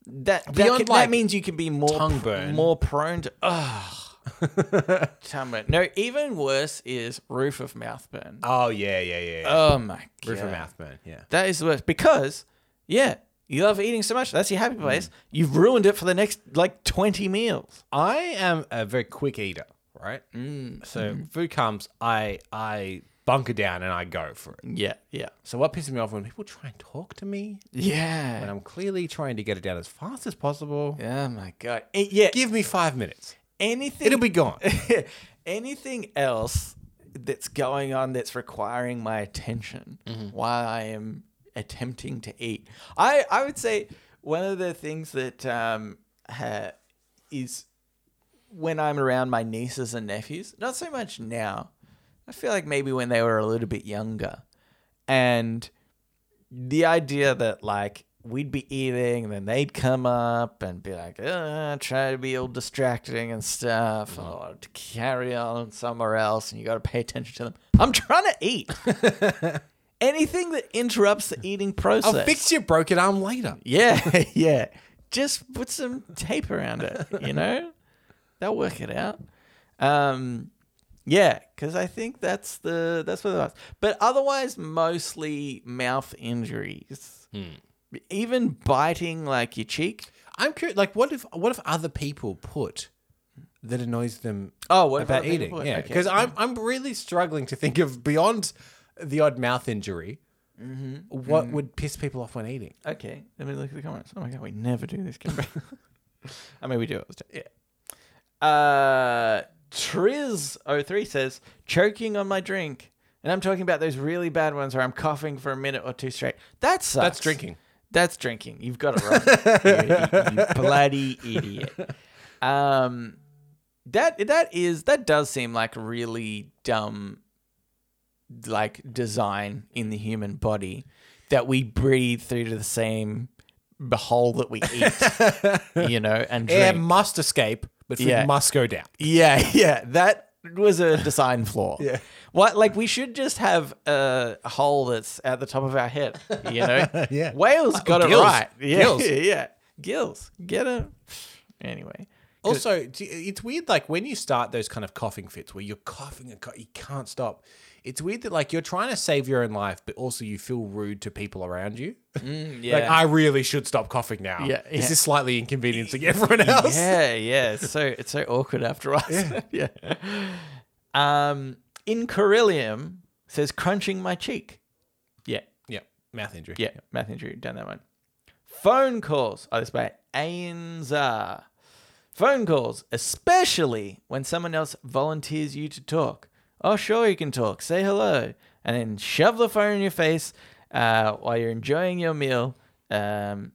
that that, Beyond, can- that like, means you can be more tongue pr- burn. more prone to. Ugh. tongue burn. No, even worse is roof of mouth burn. Oh yeah, yeah, yeah. yeah. Oh my god. Roof of mouth burn. Yeah. That is the worst because yeah, you love eating so much. That's your happy place. Mm. You've ruined it for the next like twenty meals. I am a very quick eater, right? So food comes, I I bunker down and I go for it. Yeah. Yeah. So what pisses me off when people try and talk to me Yeah. and I'm clearly trying to get it down as fast as possible. Oh my god. Eh, yeah. Give me five minutes. anything It'll be gone. anything else that's going on that's requiring my attention while I am attempting to eat. I, I would say one of the things that um, ha, is when I'm around my nieces and nephews, not so much now. I feel like maybe when they were a little bit younger. And the idea that like we'd be eating and then they'd come up and be like, uh, try to be all distracting and stuff, Mm-hmm. or to carry on somewhere else, and you got to pay attention to them. I'm trying to eat. Anything that interrupts the eating process. I'll fix your broken arm later. yeah, yeah. Just put some tape around it, you know? They'll work it out. Um, yeah, because I think that's the that's what it was. But otherwise, mostly mouth injuries. Even biting like your cheek. I'm curious. Like, what if what if other people put that annoys them Oh, what about eating? Yeah, because I'm I'm really struggling to think of beyond the odd mouth injury. Mm-hmm. What would piss people off when eating? Okay, let me look at the comments. Oh my god, we never do this. Kimber. I mean, we do it. all the time. Yeah. Uh, Triz03 says choking on my drink, and I'm talking about those really bad ones where I'm coughing for a minute or two straight. That sucks. That's drinking. That's drinking. You've got it wrong. you, you- you bloody idiot. Um, that that is that does seem like really dumb, like design in the human body that we breathe through to the same hole that we eat, you know, and Air drink. must escape, but food Yeah. must go down. Yeah, yeah, that was a design flaw. Yeah. What like we should just have a hole that's at the top of our head, you know? Yeah. Oh, Wales got gills. it right. Yeah. Gills. Yeah. Gills. Get it. Anyway. Also, do- it's weird. Like when you start those kind of coughing fits where you're coughing and cough, you can't stop. It's weird that like you're trying to save your own life, but also you feel rude to people around you. Mm, Like I really should stop coughing now. Yeah, Is yeah. this slightly inconveniencing everyone else? Yeah, yeah. It's so it's so awkward after us. Yeah. Um in Carillium says crunching my cheek. Yeah. Yeah. Mouth injury. Yeah, math injury. Done that one. Phone calls. Oh, this by Ainzar. Phone calls, especially when someone else volunteers you to talk. Oh, sure, you can talk. Say hello. And then shove the phone in your face uh, while you're enjoying your meal. Um,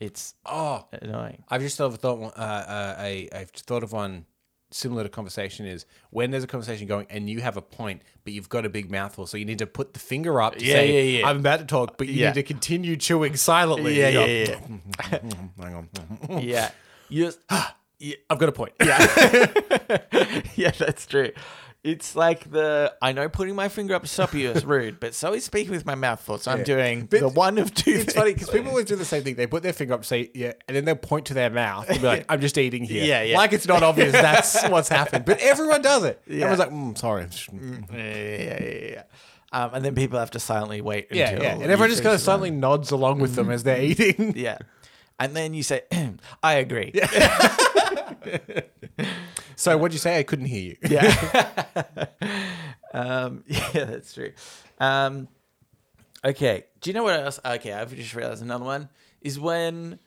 it's Oh, annoying. I've just thought of thought one- uh, uh, I, I've just thought of one similar to conversation is when there's a conversation going and you have a point, but you've got a big mouthful, so you need to put the finger up to Yeah, say, yeah, yeah. "I'm about to talk," but you Yeah. need to continue chewing silently. Yeah, You go, yeah, Hang on. Yeah. You I've got a point. yeah, that's true. It's like the I know putting my finger up to stop you is rude, but so is speaking with my mouth full. So I'm doing the one of two. It's funny because people always do the same thing. They put their finger up, say yeah, and then they'll point to their mouth and be like, "I'm just eating here." Yeah, yeah. Like it's not obvious that's what's happened, but everyone does it. Everyone's like, mm, "Sorry." yeah, yeah, yeah, yeah. Um, and then people have to silently wait. Yeah, until yeah. And you everyone just finish kind the of silently nods along with them as they're eating. line. Yeah, and then you say, "I agree." Yeah, So what'd you say? I couldn't hear you. um, yeah, that's true. Um, okay, do you know what else? Okay, I've just realized another one is when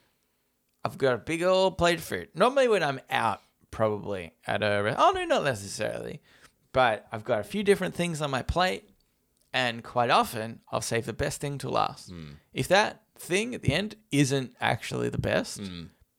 I've got a big old plate of food. Normally, when I'm out, probably at a re- oh no, not necessarily, but I've got a few different things on my plate, and quite often I'll save the best thing to last. If that thing at the end isn't actually the best,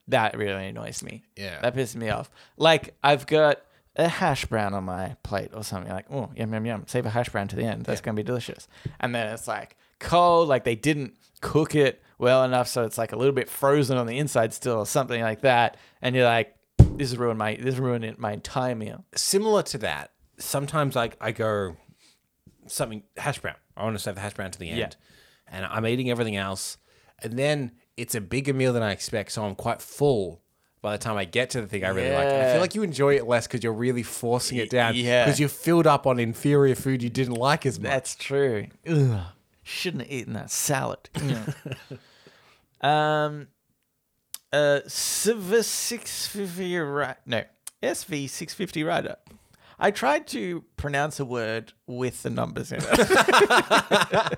that really annoys me. Yeah. that pisses me off. Like I've got a hash brown on my plate or something. Like oh yum yum yum, save a hash brown to the end. That's gonna be delicious. And then it's like cold, like they didn't cook it well enough, so it's like a little bit frozen on the inside still, or something like that. And you're like, this has ruined my this ruined my entire meal. Similar to that, sometimes like I go something hash brown. I want to save the hash brown to the end, and I'm eating everything else, and then it's a bigger meal than I expect, so I'm quite full. By the time I get to the thing I really like, and I Yeah. feel like you enjoy it less because you're really forcing it down. yeah. because you're filled up on inferior food you didn't like as much. That's true. Ugh. Shouldn't have eaten that salad. um, uh, Civ six fifty right? No, SV six fifty rider. I tried to pronounce a word with the numbers in it.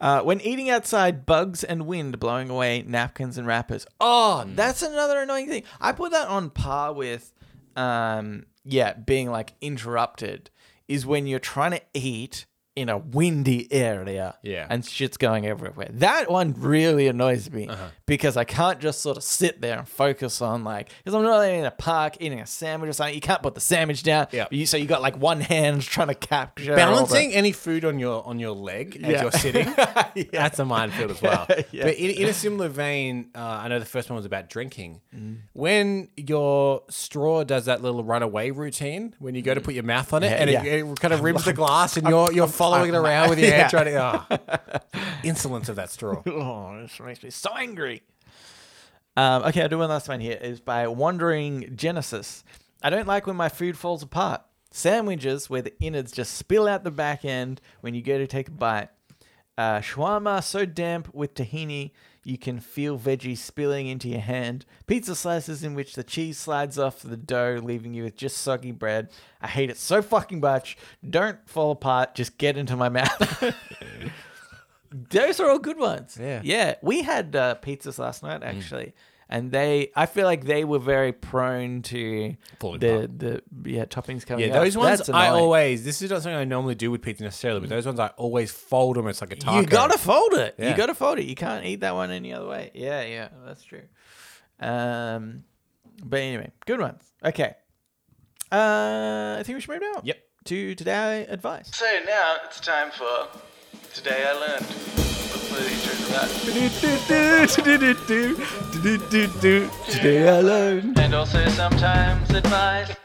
uh, when eating outside, bugs and wind blowing Mm. away napkins and wrappers. Oh, that's another annoying thing. I put that on par with um, yeah, being like interrupted is when you're trying to eat in a windy area Yeah. and shit's going everywhere. That one really annoys me Uh-huh. because I can't just sort of sit there and focus on like because I'm not in a park eating a sandwich or something. You can't put the sandwich down. Yeah. You, so you got like one hand trying to capture all the- Balancing any food on your on your leg as Yeah. you're sitting, that's a minefield as well. Yeah. But in, in a similar vein, uh, I know the first one was about drinking. Mm. When your straw does that little runaway routine, when you go to put your mouth on it and yeah. it, it kind of rims the glass, and you're you're following it around with your Yeah. hand, trying to oh. insolence of that straw. Oh, this makes me so angry. Um, okay, I'll do one last one here. Is by Wandering Genesis. I don't like when my food falls apart. Sandwiches where the innards just spill out the back end when you go to take a bite. Uh, shawarma so damp with tahini you can feel veggies spilling into your hand. Pizza slices in which the cheese slides off the dough, leaving you with just soggy bread. I hate it so fucking much. Don't fall apart. Just get into my mouth. Those are all good ones. Yeah. Mm. Yeah. We had uh, pizzas last night, actually. And they, I feel like they were very prone to Falling the, the yeah toppings coming Yeah, out. those ones That's I annoying. Mm. always. This is not something I normally do with pizza necessarily, but those ones I always fold them. It's like a taco. You gotta fold it. You Yeah. gotta fold it. You can't eat that one any other way. Yeah, yeah, that's true. Um, but anyway, good ones. Okay. Uh, I think we should move now. Yep. To today advice. So now it's time for Today I Learned. Hopefully you enjoyed that. Today I learned. And also sometimes advice.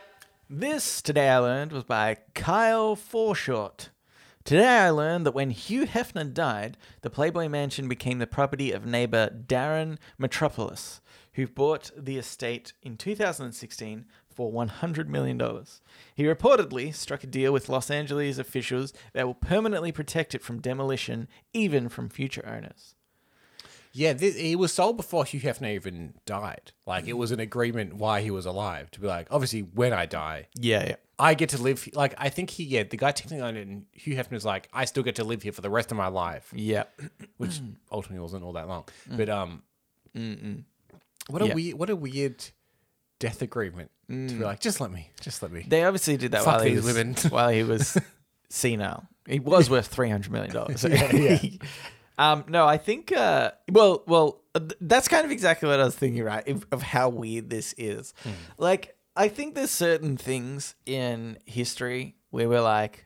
This today I learned was by Kyle Foreshort. Today I learned that when Hugh Hefner died, the Playboy Mansion became the property of neighbor Darren Metropolis, who bought the estate in 2016 for $100 million. He reportedly struck a deal with Los Angeles officials that will permanently protect it from demolition, even from future owners. Yeah, this, he was sold before Hugh Hefner even died. Like it was an agreement why he was alive to be like, obviously, when I die, Yeah, yeah. I get to live. Like I think he, yeah, the guy technically owned it, and Hugh Hefner's like, I still get to live here for the rest of my life, Yeah. which Mm. ultimately wasn't all that long. But um, what a Yeah. Mm. weird, what a weird death agreement to be like, just let me, just let me. They obviously did that Fuck while he, these was, women. while he was senile. He was worth three hundred million dollars. um, no, I think. Uh, well, well, uh, th- that's kind of exactly what I was thinking, right? Of, of how weird this is. Like, I think there's certain things in history where we're like,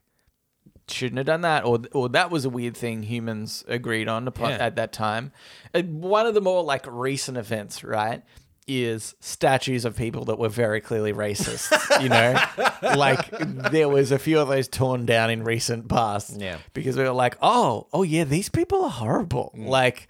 shouldn't have done that, or or that was a weird thing humans agreed on upon, Yeah. at that time. And one of the more like recent events, right, is statues of people that were very clearly racist. you know, like there was a few of those torn down in recent past. Yeah. because we were like, oh, oh yeah, these people are horrible. Mm. Like,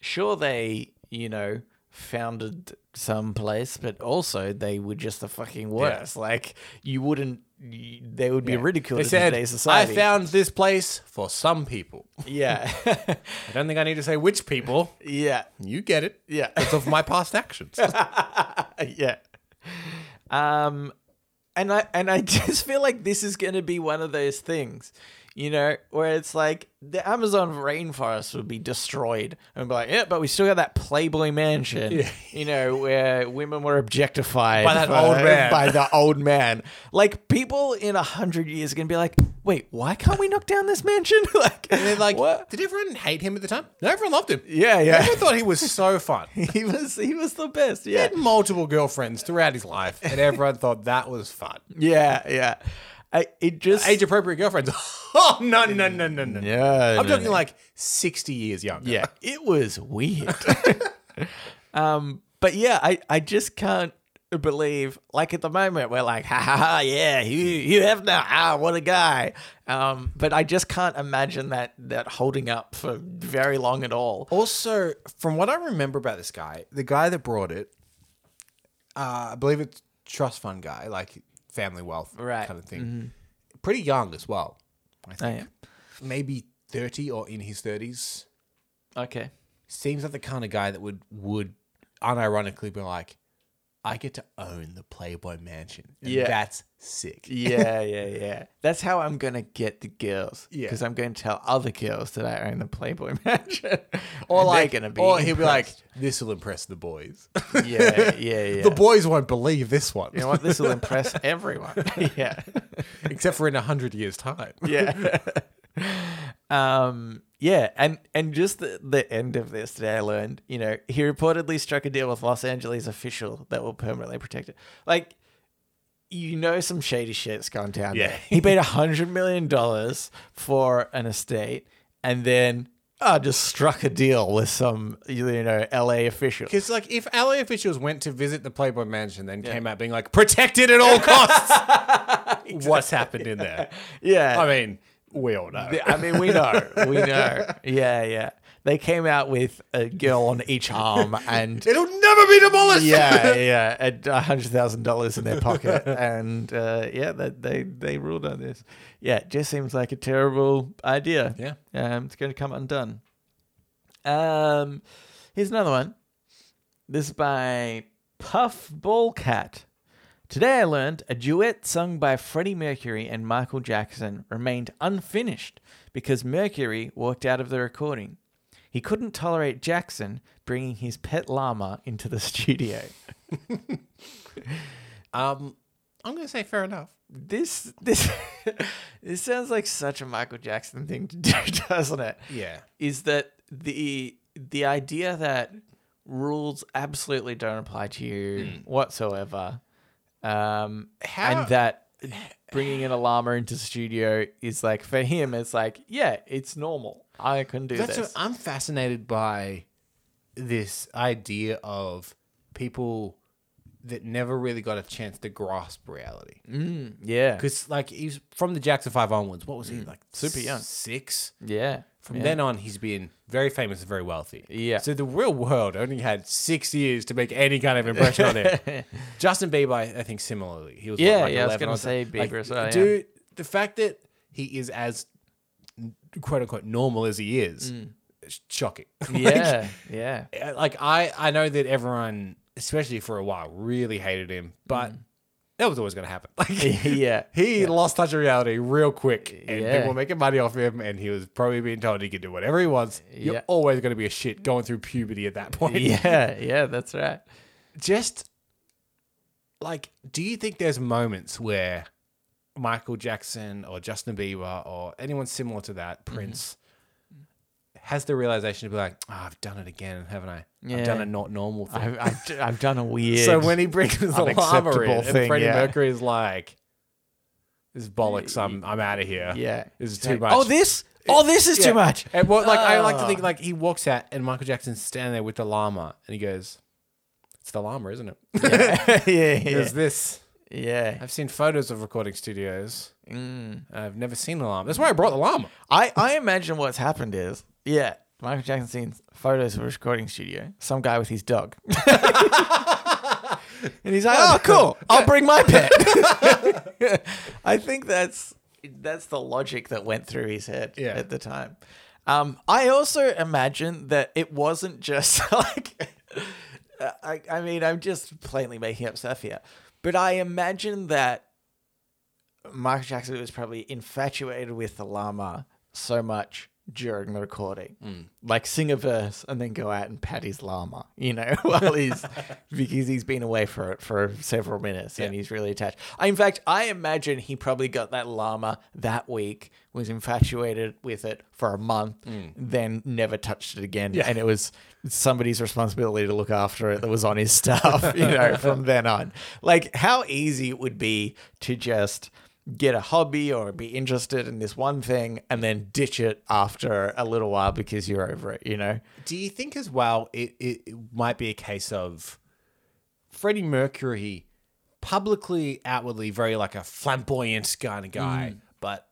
sure they, you know. Founded some place, but also they were just the fucking worst. Like you wouldn't, you, they would be ridiculed They in said, today's society. I found this place for some people. Yeah. I don't think I need to say which people. yeah. You get it. Yeah. It's of my past actions. yeah. Um and I and I just feel like this is going to be one of those things, you know, where it's like the Amazon rainforest would be destroyed and be like, yeah, but we still got that Playboy mansion, you know, where women were objectified By that old man. by the old man. Like people in a hundred years are going to be like, wait, why can't we knock down this mansion? like, And they're like, what? did everyone hate him at the time? No, everyone loved him. Yeah, yeah. Everyone thought he was so fun. He He was he was the best. Yeah, had multiple girlfriends throughout his life, and everyone thought that was fun. yeah, yeah. I, it just Age appropriate girlfriends. oh, no, no, no, no, no. Yeah, I'm talking like 60 years younger. yeah, it was weird. um, but yeah, I I just can't believe like at the moment we're like ha ha ha yeah you you have now ah what a guy um but i just can't imagine that that holding up for very long at all Also, from what I remember about this guy, the guy that brought it, uh, I believe it's trust fund guy, like family wealth Right. kind of thing. Mm-hmm. Pretty young as well. I oh, think yeah. maybe 30 or in his 30s. okay seems like the kind of guy that would would unironically be like, I get to own the Playboy Mansion. And Yeah. that's sick. Yeah, yeah, yeah. That's how I'm gonna get the girls. Yeah. because I'm going to tell other girls that I own the Playboy Mansion, And Or they're like, gonna be or he'll be like, impressed. "This will impress the boys. yeah, yeah, yeah. The boys won't believe this one, you know what? This will impress everyone. yeah, except for in a hundred years' time." yeah, um, yeah. And and just the, the end of this today, I learned. You know, he reportedly struck a deal with Los Angeles official that will permanently protect it. Like. You know some shady shit's gone down Yeah. there. He paid a hundred million dollars for an estate, and then uh, just struck a deal with some you know LA official. Because like, if LA officials went to visit the Playboy Mansion, then came out being like, "Protected at all costs." What's happened in there? Yeah, I mean, we all know. Yeah, I mean, we know. We know. Yeah, yeah. They came out with a girl on each arm and. It'll never be demolished. Yeah, yeah, and a hundred thousand dollars in their pocket, and uh, yeah, that they they ruled on this. Yeah, it just seems like a terrible idea. Yeah. um, it's going to come undone. Um, here's another one. This is by Puff Ballcat. Today I learned a duet sung by Freddie Mercury and Michael Jackson remained unfinished because Mercury walked out of the recording. He couldn't tolerate Jackson bringing his pet llama into the studio. Um, I'm gonna say fair enough. This this this sounds like such a Michael Jackson thing to do, doesn't it? Yeah. Is that the the idea that rules absolutely don't apply to you whatsoever, um, Hmm. How- and that bringing in a llama into the studio is like for him, it's like yeah, it's normal. I can do That's this. what, I'm fascinated by this idea of people that never really got a chance to grasp reality. Mm. yeah, Because like he's from the Jackson Five onwards. What was he like? Mm. Super young. six. yeah. From yeah. then on, he's been very famous and very wealthy. Yeah. So the real world only had six years to make any kind of impression on him. Justin Bieber, I I think, similarly, he was what, Yeah, like yeah, I was 11 or gonna so- say Bieber as well, yeah. Dude, the fact that he is as quote unquote normal as he is, is shocking. Like, Mm. yeah, yeah. like I, I know that everyone, especially for a while, really hated him, but that was always going to happen. Like, Mm. yeah. he lost touch of reality real quick, and Yeah. people were making money off him, and he was probably being told he could do whatever he wants. You're Yeah. always going to be a shit going through puberty at that point. Yeah, yeah, that's right. Just like, do you think there's moments where Michael Jackson or Justin Bieber or anyone similar to that, Mm-hmm. Prince, has the realization to be like, "Ah, I've done it again, haven't I? I've done Yeah. a not normal thing. I've, I've, d- I've done a weird. So when he brings the llama in, unacceptable and thing, Freddie yeah. Mercury is like, "This is bollocks. I'm I'm out of here. yeah, this is It's too like, much. Oh, this. Oh, this is Yeah. too much. And what, like I like to Ah. think like he walks out and Michael Jackson's standing there with the llama, and he goes, "It's the llama, isn't it? yeah, yeah, There's this. yeah. I've seen photos of recording studios. Mm. I've never seen the llama. That's why I brought the llama. I, I imagine what's happened is, yeah, Michael Jackson seen photos of a recording studio, some guy with his dog. and he's like, oh, cool, I'll bring my pet. I think that's that's the logic that went through his head Yeah. at the time. Um, I also imagine that it wasn't just like, uh, I, I mean, I'm just plainly making up stuff here, but I imagine that Michael Jackson was probably infatuated with the llama so much during the recording. Like sing a verse and then go out and pat his llama, you know, while he's because he's been away for it for several minutes and he's really attached. I, in fact, I imagine he probably got that llama that week, was infatuated with it for a month, then never touched it again. And it was somebody's responsibility to look after it that was on his staff, you know, from then on. Like how easy it would be to just get a hobby or be interested in this one thing and then ditch it after a little while because you're over it, you know? Do you think as well it, it, it might be a case of Freddie Mercury publicly, outwardly, very like a flamboyant kind of guy, but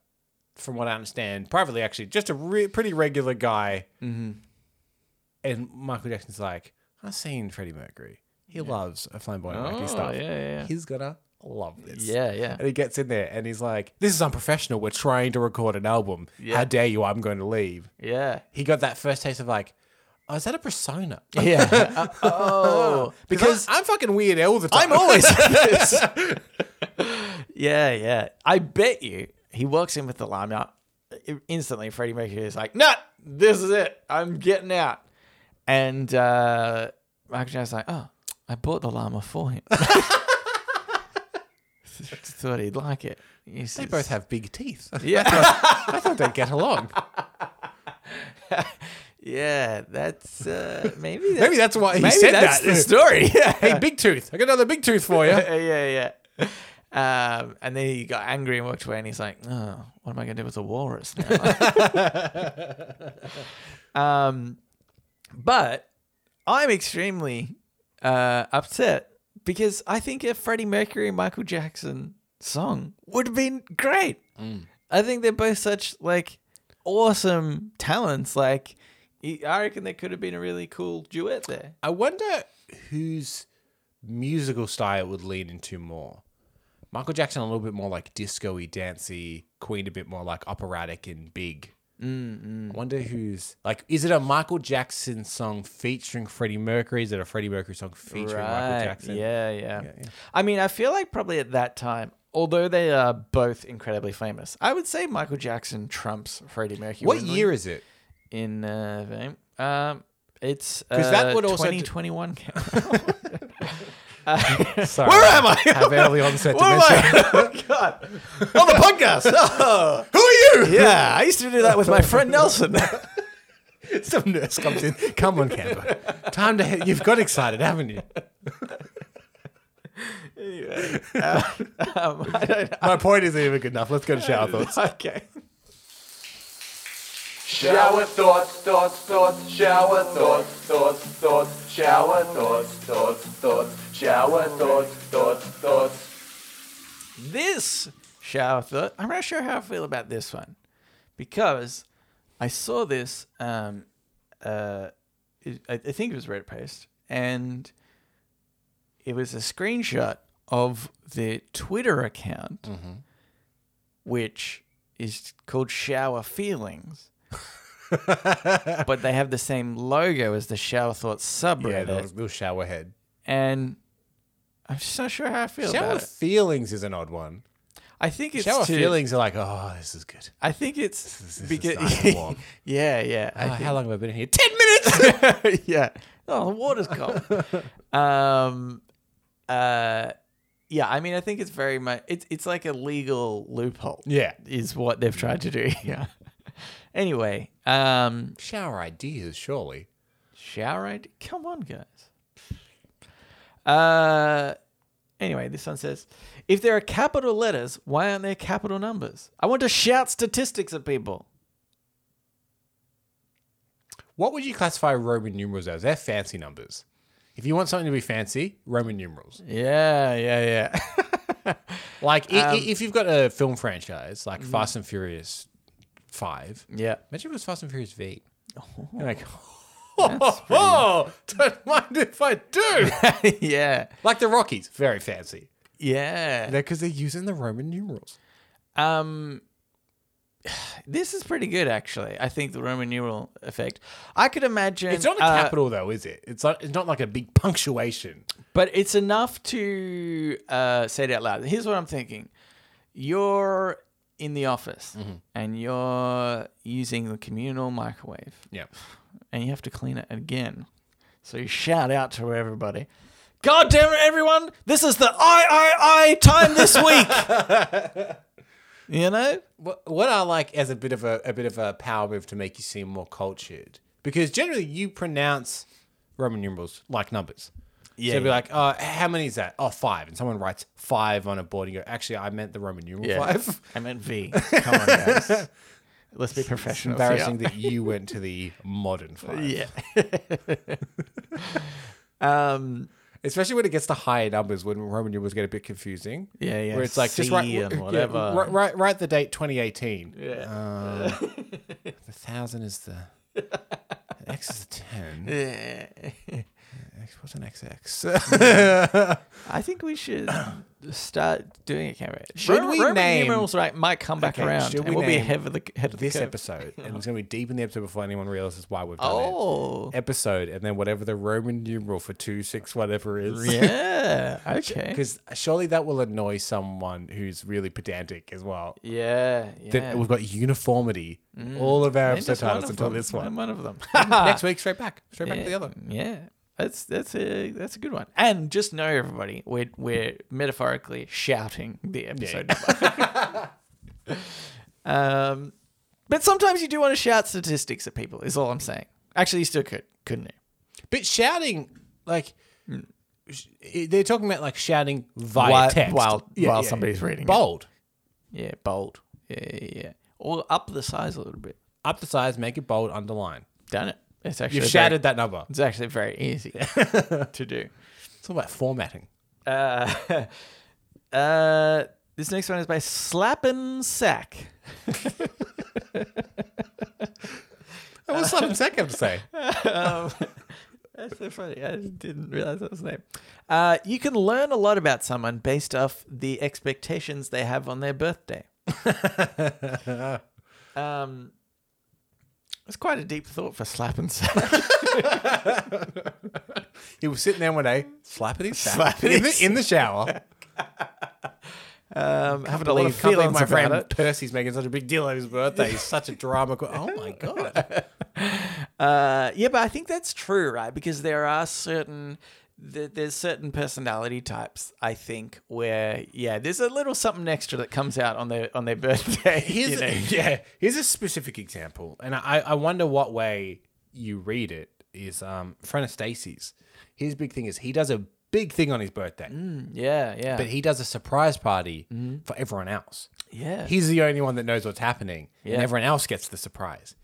from what I understand, privately actually just a re- pretty regular guy. And Michael Jackson's like, I've seen Freddie Mercury. He loves a flamboyant wacky stuff. yeah, yeah. He's gonna love this. Yeah, yeah. And he gets in there and he's like, This is unprofessional. We're trying to record an album. How dare you? I'm going to leave Yeah. he got that first taste of like, Oh, is that a persona? Yeah. oh, because Because I'm fucking weird all the time. I'm always like this. yeah, yeah. I bet you he walks in with the lanyard. Instantly, Freddie Mercury is like, "Nut, this is it. I'm getting out." And uh, Michael Jackson's like, "Oh, I bought the llama for him. Thought he'd like it." Yes, they it's- both have big teeth. Yeah, I thought they'd get along. yeah. That's uh, maybe. That's, Maybe that's why he maybe said that's that. the story. Yeah. hey, big tooth. I got another big tooth for you. yeah, yeah. Um, and then he got angry and walked away, and he's like, "Oh, what am I going to do with a walrus now?" um, but I'm extremely uh, upset because I think a Freddie Mercury and Michael Jackson song would have been great. I think they're both such like awesome talents. Like, I reckon there could have been a really cool duet there. I wonder whose musical style it would lean into more. Michael Jackson a little bit more like disco-y, dancey. Queen a bit more like operatic and big. Mm-hmm. mm I wonder who's like. Is it a Michael Jackson song featuring Freddie Mercury? Is it a Freddie Mercury song featuring Michael Jackson? Yeah, yeah, yeah. I mean, I feel like probably at that time, although they are both incredibly famous, I would say Michael Jackson trumps Freddie Mercury. What year is it? in uh, fame? Um, it's because 'Cause that would also d- 2021. Sorry. Where am I? Have early onset Where am dementia. I? Oh God! On the podcast. Oh. Who are you? Yeah, I used to do that with my friend Nelson. Some nurse comes in. Come on, camper. Time to. You've got excited, haven't you? anyway, um, um, I don't know. My point isn't even good enough. Let's go to shower thoughts. Okay. Shower thoughts, thoughts, thoughts, shower thoughts, thoughts, thoughts, shower thoughts, thoughts, thoughts, shower thoughts, thoughts, thoughts. This shower thought, I'm not sure how I feel about this one because I saw this. Um, uh, it, I, I think it was Reddit post, and it was a screenshot of the Twitter account, Mm-hmm. which is called Shower Feelings. but they have the same logo as the Shower Thoughts Yeah, subreddit, the little shower head. and I'm just not sure how I feel Shower about it. feelings is an odd one. I think it's shower too- feelings are like, oh, this is good. I think it's is because nice and warm. yeah, yeah, I Oh, think- how long have I been here? Ten minutes. yeah. Oh, the water's cold. um, uh, yeah. I mean, I think it's very much. It's it's like a legal loophole. Yeah. is what they've tried to do. Yeah. anyway, um, shower ideas, surely. shower. ID- Come on, guys. Uh. Anyway, this one says, if there are capital letters, why aren't there capital numbers? I want to shout statistics at people. What would you classify Roman numerals as? They're fancy numbers. If you want something to be fancy, Roman numerals. Yeah, yeah, yeah. Like i- i- if you've got a film franchise like Fast and Furious Five, Yeah. imagine if it was Fast and Furious V. You're like, oh, oh, don't mind if I do. yeah. like the Rockies, very fancy. Yeah. They're because they're using the Roman numerals. Um this is pretty good actually. I think the Roman numeral effect. I could imagine It's not a uh, capital though, is it? It's not. It's not like a big punctuation. but it's enough to uh, say it out loud. Here's what I'm thinking. You're in the office and you're using the communal microwave Yeah. and you have to clean it again. So you shout out to everybody. God damn it, everyone! This is the I I I time this week. you know? What What I like as a bit of a, a bit of a power move to make you seem more cultured, because generally you pronounce Roman numerals like numbers. Yeah. So it'd be yeah. like, uh, how many is that? Oh, five. And someone writes five on a board, and you go, actually, I meant the Roman numeral five. I meant V. Come on, guys. Let's be professional. Embarrassing that you went to the modern five. Yeah. yeah. um. Especially when it gets to higher numbers, when Roman numerals get a bit confusing. Yeah, yeah. Where it's like just C write and yeah, whatever. write, write, write the date Um, 2018. Yeah. The thousand is the X is the ten. Yeah. X- What's an XX? I think we should start doing it, Cameron. Should Ro- we Roman name- numerals right, might come back Okay, around, should and we we will be name ahead of the head of the this curve. episode, and it's going to be deep in the episode before anyone realizes why we've done Oh, it. Episode, and then whatever the Roman numeral for two six whatever is. yeah. Okay. Because surely that will annoy someone who's really pedantic as well. Yeah. yeah. Then we've got uniformity. All of our And episode just one titles of until them. this one. One of them. Next week, straight back, straight back to the Yeah, other. Yeah. That's that's a that's a good one. And just know everybody, we're we're metaphorically shouting the episode number. um but sometimes you do want to shout statistics at people, is all I'm saying. Actually you still could, couldn't you? But shouting, like, sh- they're talking about like shouting via text while Yeah, while yeah, somebody's reading it. bold. Yeah, bold. Yeah, yeah, yeah. Or up the size a little bit. Up the size, make it bold, underline. Done it. It's actually You've very- shouted that number. it's actually very easy to do. It's all about formatting. Uh, uh, this next one is by Slappin' Sack. That was something Zach have to say. Um, that's so funny. I didn't realize that was the name. Uh, you can learn a lot about someone based off the expectations they have on their birthday. um, it's quite a deep thought for Slappin' Sack. He was sitting there one day, slapping his sack Slapping in, the, his in the shower. Um, having a lot of Believe- can't believe feelings my about friend it. Percy's making such a big deal of his birthday. He's such a drama. que- oh my god! Uh, yeah, but I think that's true, right? Because there are certain th- there's certain personality types. I think where yeah, there's a little something extra that comes out on their on their birthday. Here's you know? a, yeah, here's a specific example, and I, I wonder what way you read it is um friend of Stacy's. His big thing is he does a big thing on his birthday, Mm. yeah, yeah, but he does a surprise party for everyone Mm. else. yeah. He's the only one that knows what's Yeah. happening, Mm-hmm. and everyone else gets the surprise.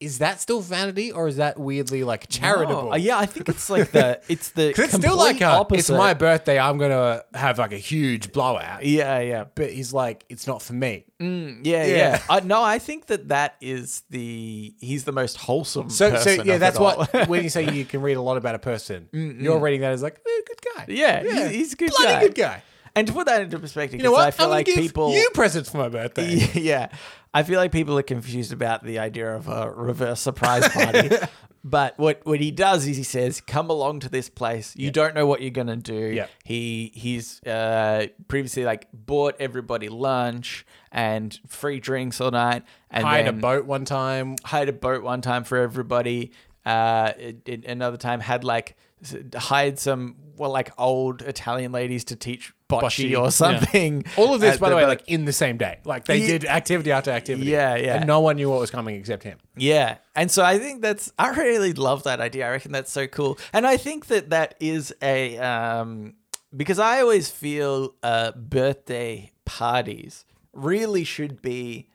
Is that still vanity, or is that weirdly like Oh, charitable? yeah, I think it's like the it's the 'Cause it's still complete like a, it's opposite. my birthday. I'm gonna have like a huge blowout. yeah, yeah, But he's like, it's not for me. Mm. yeah, yeah. Hmm, Yeah. I, no, I think that that is the he's the most wholesome. So, so person of yeah, it that's all. what when you say you can read a lot about a person, you're reading that as like, eh, good guy. Yeah, he's- he's a good bloody guy. good guy. and to put that into perspective, You know 'cause what? I feel I'm like gonna give people you presents for my birthday. yeah. I feel like people are confused about the idea of a reverse surprise party. but what, what he does is he says, come along to this place. You don't know what you're going to do. Yeah. He He's uh, previously like bought everybody lunch and free drinks all night. And Hired a then- boat one time. hired a boat one time for everybody. Uh, it, it, another time had like s- hired some well like old Italian ladies to teach bocce, Bocce, yeah. or something. All of this, at by the way, boat. like in the same day. Like they Ye- did activity after activity. Yeah, yeah. And no one knew what was coming except him. yeah, and so I think that's I really love that idea. I reckon that's so cool, and I think that that is a um, because I always feel uh, birthday parties really should be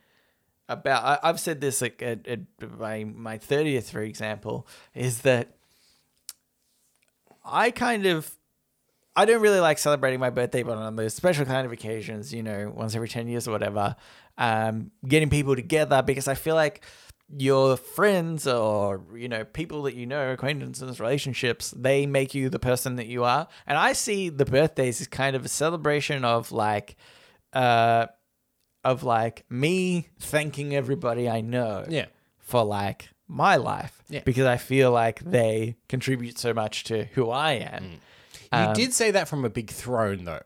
about I, I've said this like at, at my my thirtieth, for example, is that I kind of I don't really like celebrating my birthday, but on those special kind of occasions, you know, once every ten years or whatever, um, getting people together because I feel like your friends or you know people that you know acquaintances relationships they make you the person that you are and i see the birthdays as kind of a celebration of like uh of like me thanking everybody I know Yeah. for like my life Yeah. because I feel like they contribute so much to who I am. Mm. You Um, did say that from a big throne though.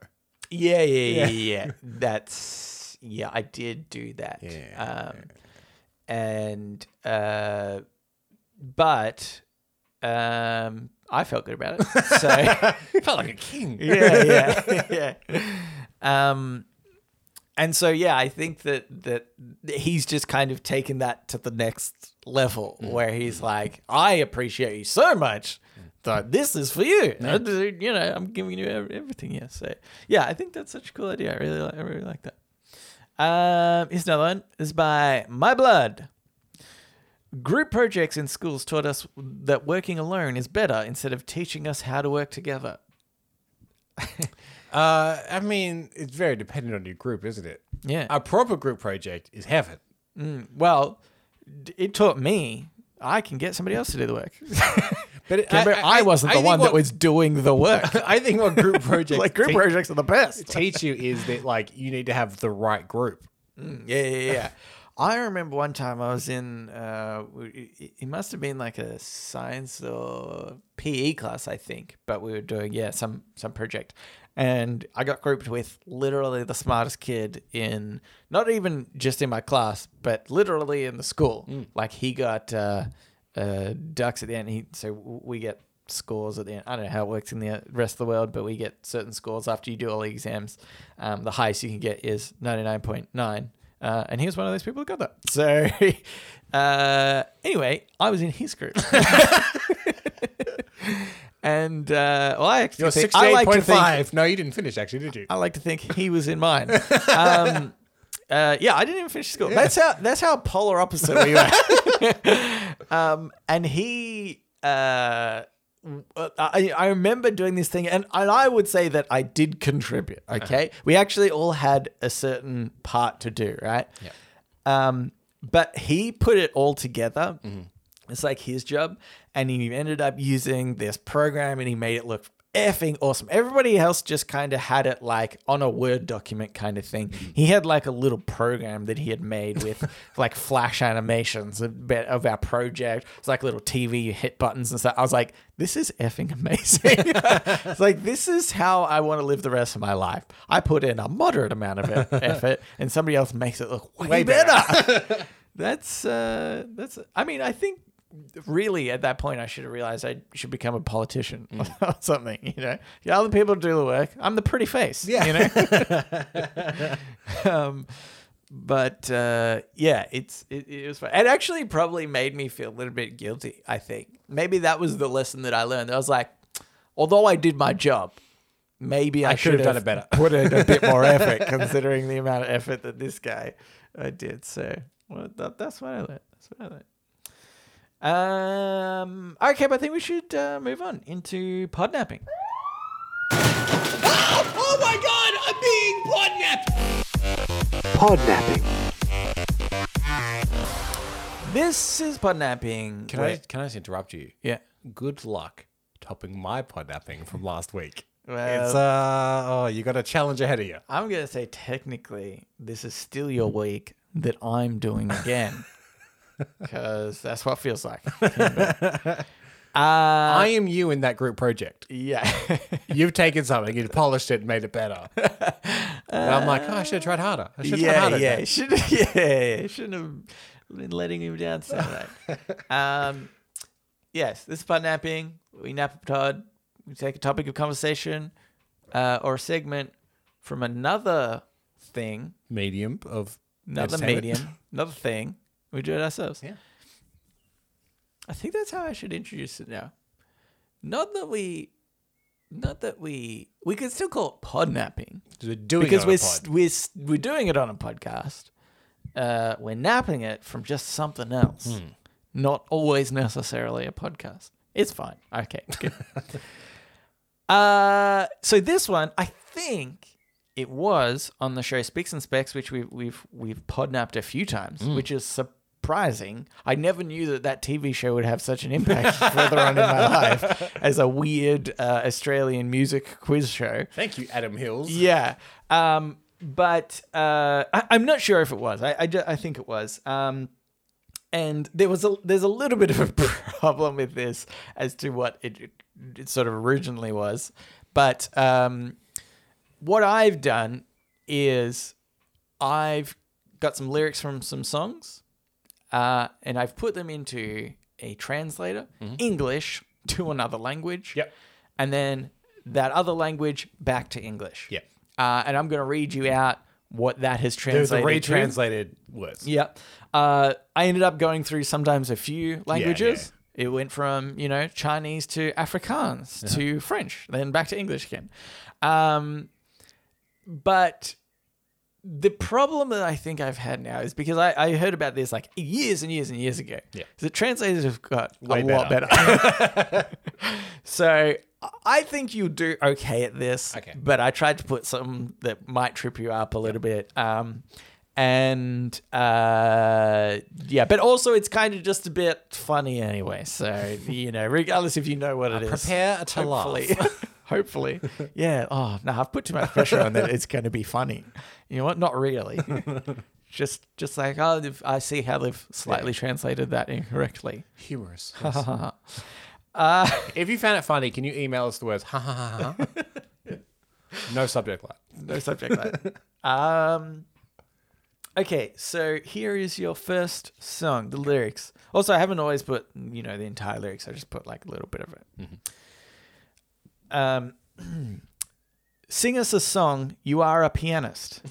Yeah, yeah, yeah, yeah. yeah. That's yeah, I did do that. Yeah. Um and uh but um I felt good about it. So Felt like a king. yeah, yeah, yeah. Um, and so yeah, I think that that he's just kind of taken that to the next level, where he's like, I appreciate you so much. That this is for you, I do- you know. I'm giving you ev- everything. Yeah, so yeah, I think that's such a cool idea. I really, like, I really like that. Um, here's another one. This is by My Blood. Group projects in schools taught us that working alone is better instead of teaching us how to work together. Uh, I mean, it's very dependent on your group, isn't it? Yeah. A proper group project is heaven. Well, d- it taught me I can get somebody else to do the work. But it- Remember, I, wasn't the think one that what- was doing the work. I think what group projects like group te- projects are the best. teach you is that like you need to have the right group. Mm, Yeah, yeah, yeah. I remember one time I was in, uh, w- it it must have been like a science or PE class, I think, but we were doing, yeah, some, some project. And I got grouped with literally the smartest kid in, not even just in my class, but literally in the school. Like he got uh, uh, ducks at the end. He, so we get scores at the end. I don't know how it works in the uh, rest of the world, but we get certain scores after you do all the exams. Um, the highest you can get is 99.9. Uh, and he was one of those people who got that. So, uh, anyway, I was in his group. and, uh, well, I actually You're think, I like to think, 68.5. No, you didn't finish actually, did you? I like to think he was in mine. Um, uh, yeah, I didn't even finish school. That's how that's how polar opposite we were. um, and he, uh, w- I, I remember doing this thing, and and I would say that I did contribute. Okay, we actually all had a certain part to do, right? Yeah. Um, but he put it all together. It's like his job, and he ended up using this program, and he made it look effing awesome. Everybody else just kind of had it like on a Word document kind of thing. He had like a little program that he had made with like flash animations of, bit of our project. It's like a little TV, you hit buttons and stuff. I was like, this is effing amazing. it's like this is how I want to live the rest of my life. I put in a moderate amount of e- effort, and somebody else makes it look way, better. That's uh, that's. I mean, I think really at that point I should have realized I should become a politician or something. You know, yeah, other people do the work. I'm the pretty face. Yeah, you know. um, but uh, yeah, it's it, it was fun. It actually probably made me feel a little bit guilty. I think maybe that was the lesson that I learned. I was like, although I did my job. Maybe I, should have done it better. Put in a bit more effort, considering the amount of effort that this guy uh, did. So well, that, that's what I learned. That's what I learned. Um. Okay, but I think we should uh, move on into podnapping. oh Podnapping. This is podnapping. Can I where- can I just interrupt you? Yeah. Good luck topping my podapping from last week. Well- it's uh oh, you got a challenge ahead of you. I'm gonna say technically this is still your week that I'm doing again, because that's what it feels like. Uh, I am you in that group project. Yeah. You've taken something, you've polished it, and made it better. and I'm like, oh, I should have tried harder. I should have tried yeah. harder. Yeah. Should. Yeah. Shouldn't have been letting him down so much. um. Yes. This is podnapping. We nap Todd. We take a topic of conversation, uh, or a segment from another thing Medium of another entertainment. medium, another thing. We do it ourselves. Yeah. I think that's how I should introduce it now. Not that we, not that we, we could still call it podnapping We're doing because it on we're a pod. s- we're s- we're doing it on a podcast. Uh, we're napping it from just something else, Hmm. not always necessarily a podcast. It's fine. Okay. Good. uh, so this one, I think it was on the show Specs and Specs, which we've we've we've podnapped a few times, Hmm. which is surprising. I never knew that that TV show would have such an impact further on in my life as a weird uh, Australian music quiz show. Thank you, Adam Hills. Yeah. Um, but uh, I, I'm not sure if it was. I, I, ju- I think it was. Um, and there was a there's a little bit of a problem with this as to what it, it, it sort of originally was, but um, what I've done is I've got some lyrics from some songs, uh, and I've put them into a translator, English to another language. Yep. And then that other language back to English. Yep. Uh, and I'm going to read you out what that has There's the translated. to. retranslated words. Yep. Uh, I ended up going through sometimes a few languages. It went from you know Chinese to Afrikaans to French, then back to English again. Um, but the problem that I think I've had now is because I, I heard about this like years and years and years ago. Yeah. is it translators have got Way a lot better. so I think you do okay at this. Okay. But I tried to put something that might trip you up a little bit. Um, And uh, yeah, but also it's kind of just a bit funny anyway. So you know, regardless if you know what it is, prepare to laugh. hopefully, hopefully, yeah. Oh no, I've put too much pressure on that. It's going to be funny. You know what? Not really. just, just like oh, they've- I see how they've slightly translated that incorrectly. Humorous. Uh, if you found it funny, can you email us the words ha ha ha ha? ha"? no subject line. no subject matter. um, okay, so here is your first song, the lyrics. Also, I haven't always put, you know, the entire lyrics. I just put like a little bit of it. Um, sing us a song. You are a pianist.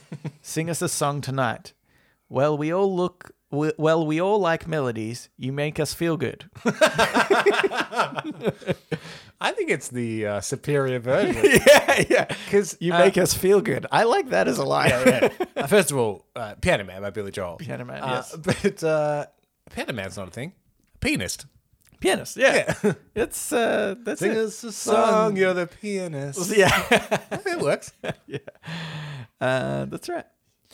sing us a song tonight. Well, we all look. we- Well, we all like melodies. You make us feel good. I think it's the uh, superior version yeah, yeah. because You make us feel good. I like that as a line. Uh, First of all, uh, Piano Man by Billy Joel. Piano Man, Uh, yes. But uh, Piano Man's not a thing. Pianist. Pianist, yeah. It's uh, that's it. us a song, you're the pianist. Yeah. it works. Uh, that's right.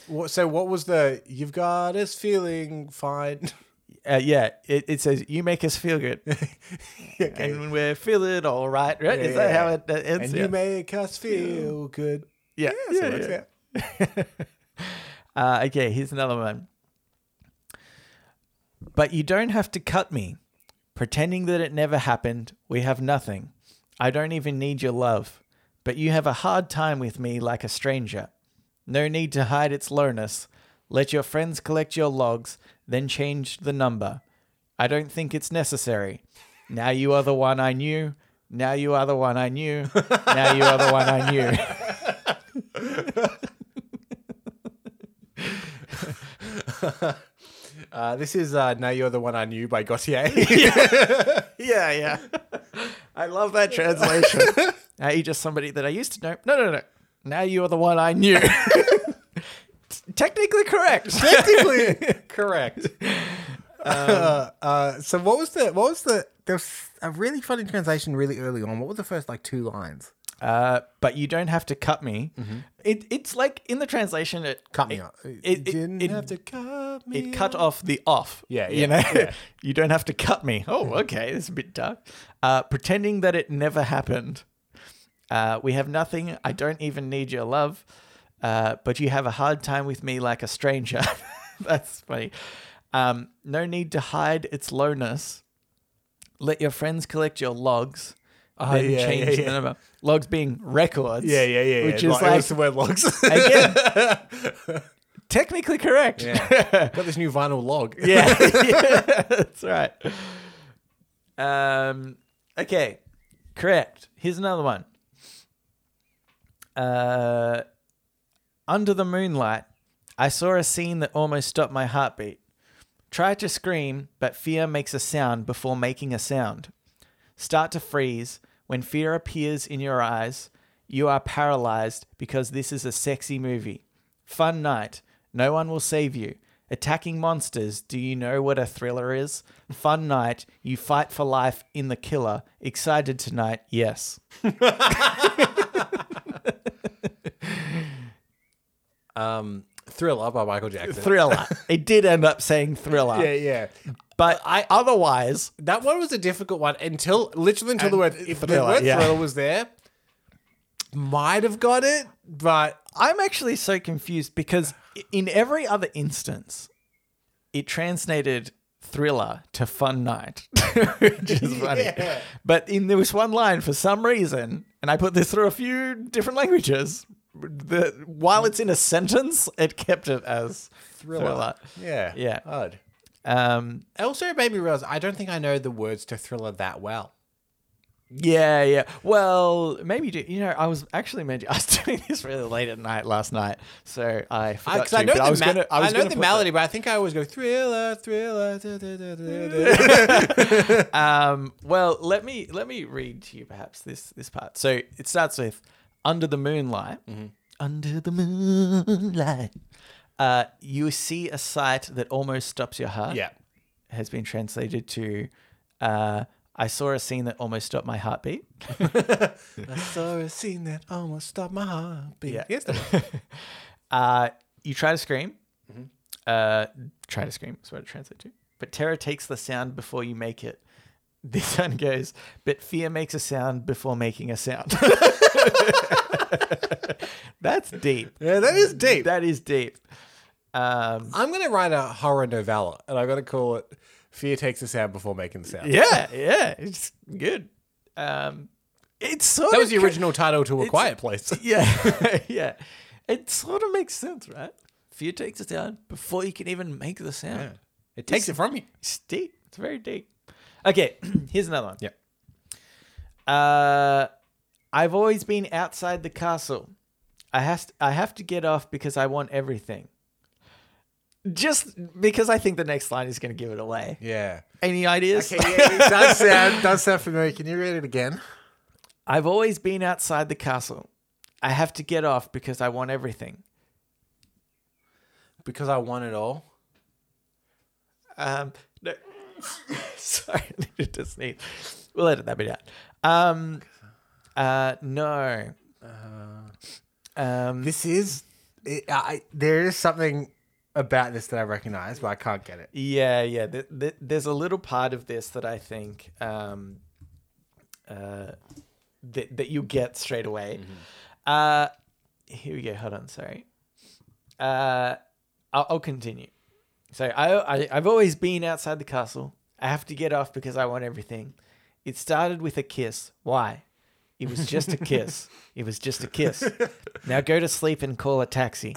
What, so what was the you've got us feeling fine? Uh, yeah, it, it says you make us feel good, and we're feeling all right, right? Is that yeah, how it uh, ends? and yeah. you make us feel good. yeah, So yeah, it works, yeah. Uh, okay, here's another one. But you don't have to cut me, pretending that it never happened. We have nothing. I don't even need your love, but you have a hard time with me like a stranger. No need to hide its lowness. Let your friends collect your logs, then change the number. I don't think it's necessary. Now you are the one I knew. Now you are the one I knew. Now you are the one I knew. Uh, this is uh, Now You're the One I Knew by Gautier. Yeah, yeah. I love that translation. now you're just somebody that I used to know. No, no, no. Now you're the one I knew. Technically correct. Technically correct. uh, uh, so what was the what was the there was a really funny translation really early on. What were the first like two lines? Uh, but you don't have to cut me. It, it's like in the translation, it Mm-hmm. Cut me off. It, You it, didn't it- have to cut me. it cut off the off. Yeah, yeah, you know, yeah. you don't have to cut me. Oh, okay, it's a bit dark. Uh, pretending that it never happened. Uh, we have nothing. I don't even need your love, uh, but you have a hard time with me like a stranger. That's funny. Um, no need to hide its lowness. Let your friends collect your logs. then Oh, yeah, change yeah, the yeah. number. Logs being records. Yeah, yeah, yeah. Which yeah. is Like, it like was the word logs. again, technically correct. Got this new vinyl log. Yeah, Yeah, that's right. Um, okay, correct. Here's another one. Uh, under the moonlight, I saw a scene that almost stopped my heartbeat. Try to scream, but fear makes a sound before making a sound. Start to freeze when fear appears in your eyes. You are paralyzed because this is a sexy movie. Fun night. No one will save you. Attacking monsters. Do you know what a thriller is? Fun night. You fight for life in the killer. Excited tonight. Yes. Um, Thriller by Michael Jackson. Uh, Thriller. it did end up saying thriller. yeah, yeah. But I otherwise That one was a difficult one until literally until the word if the Thriller, word yeah. Thriller was there, might have got it, but I'm actually so confused because i- in every other instance, it translated thriller to fun night, which is funny. Yeah. But in there was one line for some reason, and I put this through a few different languages. The, while it's in a sentence, it kept it as thriller. yeah, Yeah. odd. Um, It also made me realize I don't think I know the words to Thriller that well. yeah, yeah. Well, maybe you do. You know, I was actually meant. To, I was doing this really late at night last night, so I forgot Because to. Uh, I, know but the, I was ma- gonna. I, was know gonna the put melody, but I think I always go Thriller, Thriller. da, da, da, da, da, da." Um, well, let me let me read to you perhaps this this part. So it starts with under the moonlight. Under the moonlight, uh, you see a sight that almost stops your heart. yeah, has been translated to. Uh, I saw a scene that almost stopped my heartbeat. I saw a scene that almost stopped my heartbeat. Yeah. Yes, Mm-hmm. Uh, you try to scream, Uh, try to scream is what it translates to. But terror takes the sound before you make it. This one goes, but fear makes a sound before making a sound. That's deep. Yeah, that is deep. That is deep. Um, I'm gonna write a horror novella, and I'm gonna call it "Fear Takes the Sound Before Making the Sound." yeah, yeah, it's good. Um, it's sort that of was the cra- original title to A Quiet Place. Yeah, yeah. It sort of makes sense, right? Fear takes the sound before you can even make the sound. Yeah. It takes it from you. It's deep. It's very deep. Okay, here's another one. Yeah. Uh, I've always been outside the castle. I has I have to get off because I want everything. Just because I think the next line is going to give it away. Yeah. Any ideas? it does sound does sound familiar. Can you read it again? I've always been outside the castle. I have to get off because I want everything. Because I want it all. Um, no. Sorry, I needed to sneeze. We'll edit that bit out. Um, uh, no. Um, This is. It, I, there is something about this that I recognize, but I can't get it. yeah, yeah. Th- th- there's a little part of this that I think um, uh, that that you get straight away. Uh, here we go. Hold on. Sorry. Uh, I'll, I'll continue. So I, I I've always been outside the castle. I have to get off because I want everything. It started with a kiss. Why? It was just a kiss. It was just a kiss. Now go to sleep and call a taxi.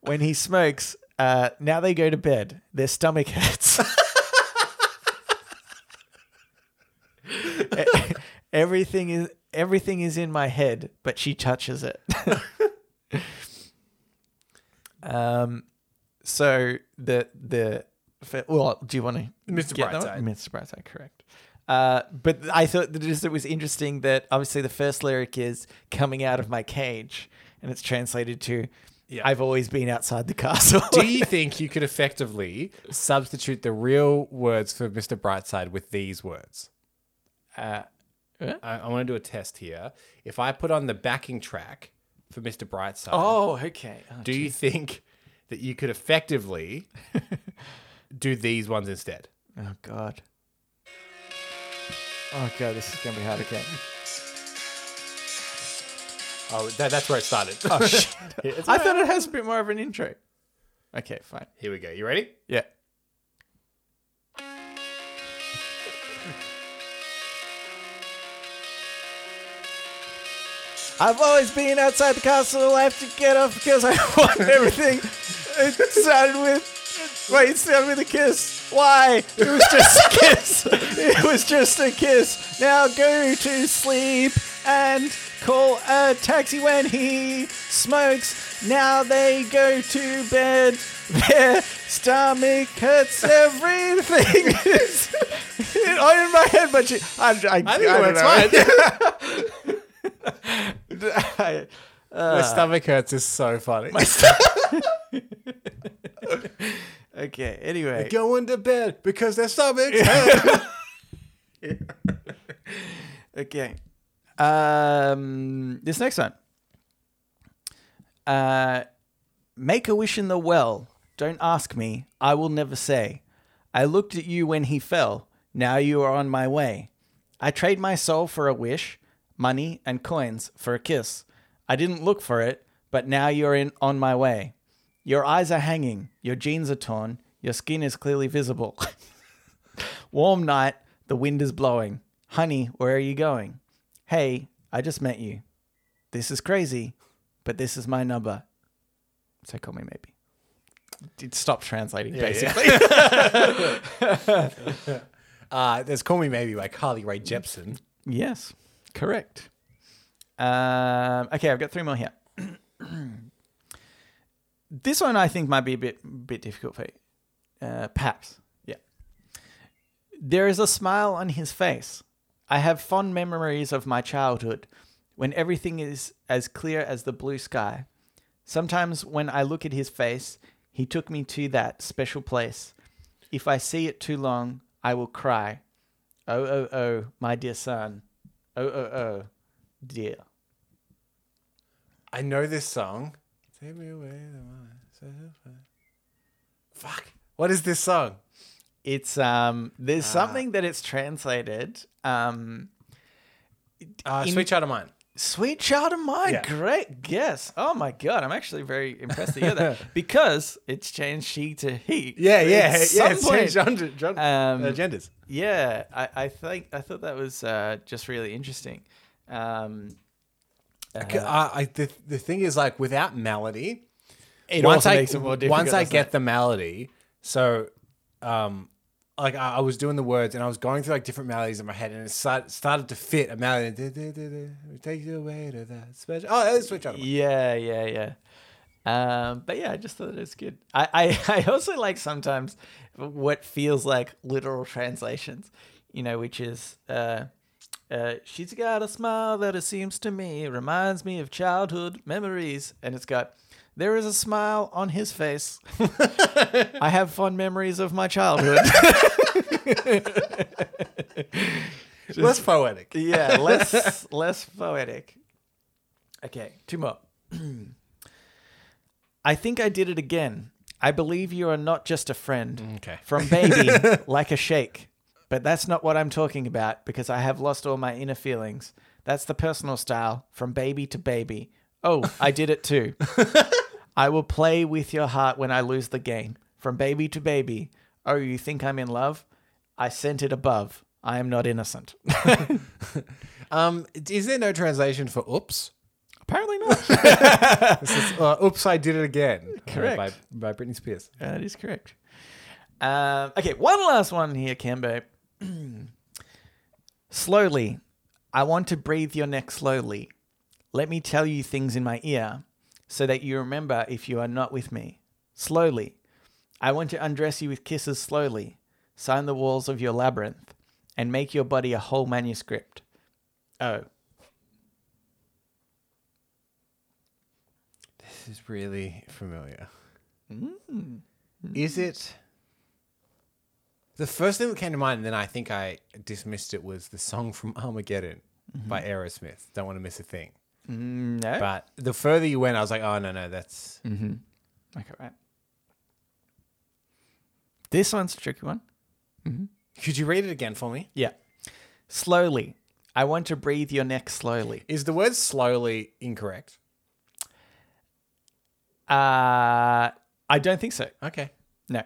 when he smokes, uh, now they go to bed. Their stomach hurts. E- everything is everything is in my head, but she touches it. um, so the the fa- well, do you want to Mr. get that one? Brightside. Mr. Brightside, correct. Uh, but I thought that just, it was interesting that obviously the first lyric is coming out of my cage, and it's translated to Yeah. I've always been outside the castle. Do you think you could effectively substitute the real words for Mr. Brightside with these words? Uh, yeah. I, I want to do a test here. If I put on the backing track for Mr. Brightside, oh, okay. Oh, do you think that you could effectively do these ones instead? Oh god. Oh god, this is gonna be hard again. Oh, that, that's where it started. I thought it has a bit more of an intro. Okay, fine. Here we go. You ready? Yeah. I've always been outside the castle. I have to get off because I want everything. It started with. Wait, it started with a kiss. Why? It was just a kiss. It was just a kiss. Now go to sleep and call a taxi when he smokes. Now they go to bed. Their stomach hurts everything. is on in my head, but she, I, I, I, I think it don't works know. fine. I- My stomach hurts is so funny. okay. Anyway, Going to bed because their stomachs hurt. okay. Um, this next one. Uh, make a wish in the well. Don't ask me. I will never say. I looked at you when he fell. Now you are on my way. I trade my soul for a wish, money, and coins for a kiss. I didn't look for it, but now you're in on my way. Your eyes are hanging. Your jeans are torn. Your skin is clearly visible. Warm night, the wind is blowing. Honey, where are you going? Hey, I just met you. This is crazy, but this is my number. So call me maybe. It stopped translating, basically. uh, there's Call Me Maybe by Carly Rae Jepsen. Yes, correct. Um, okay, I've got three more here. this one I think might be a bit bit difficult for you. Uh, perhaps, yeah. There is a smile on his face. I have fond memories of my childhood, when everything is as clear as the blue sky. Sometimes when I look at his face, he took me to that special place. If I see it too long, I will cry. Oh, oh, oh, my dear son. Oh, oh, oh, dear. I know this song. Take me away the mind. so- Fuck. What is this song? It's um. There's Ah. something that it's translated. Um, Uh, In- Sweet Child of Mine. Sweet Child of Mine. Yeah. Great guess. Oh my god, I'm actually very impressed to hear that because it's changed she to he. Yeah, At yeah, some yeah. it's point. changed Gender, gen- Um, uh, genders. Yeah, I, I think I thought that was uh, just really interesting. Um, C- Uh-huh. I- I- the, the thing is, like, without melody, it once also I makes it more difficult. once I doesn't get it? the melody, so um, like I, I was doing the words and I was going through like different melodies in my head, and it start, started to fit a melody. Du- du- du- du- we Take you away to that special. Oh, that's switch out. of it. yeah, yeah, yeah. Um, but yeah, I just thought it was good. I, I, I also like sometimes what feels like literal translations, you know, which is uh, uh, she's got a smile that it seems to me reminds me of childhood memories, and it's got there is a smile on his face. I have fond memories of my childhood. Less poetic. yeah, less less poetic. Okay, two more. I think I did it again. I believe you are not just a friend. Okay. From baby, like a shake. But that's not what I'm talking about because I have lost all my inner feelings. That's the personal style from baby to baby. Oh, I did it too. I will play with your heart when I lose the game. From baby to baby. Oh, you think I'm in love? I sent it above. I am not innocent. Um, is there no translation for "oops"? Apparently not. Uh, "Oops, I did it again." uh, Correct. by, by Britney Spears. That is correct. Um, okay, one last one here, Cambo. slowly, I want to breathe your neck slowly. Let me tell you things in my ear so that you remember if you are not with me. Slowly, I want to undress you with kisses slowly, sign the walls of your labyrinth, and make your body a whole manuscript. Oh, This is really familiar. Is it? The first thing that came to mind, and then I think I dismissed it, was the song from Armageddon by Aerosmith. Don't want to miss a thing. Mm, no. But the further you went, I was like, oh no, no, that's okay, right. This one's a tricky one. Could you read it again for me? Yeah. Slowly. I want to breathe your neck slowly. Is the word slowly incorrect? Uh, I don't think so. Okay. No.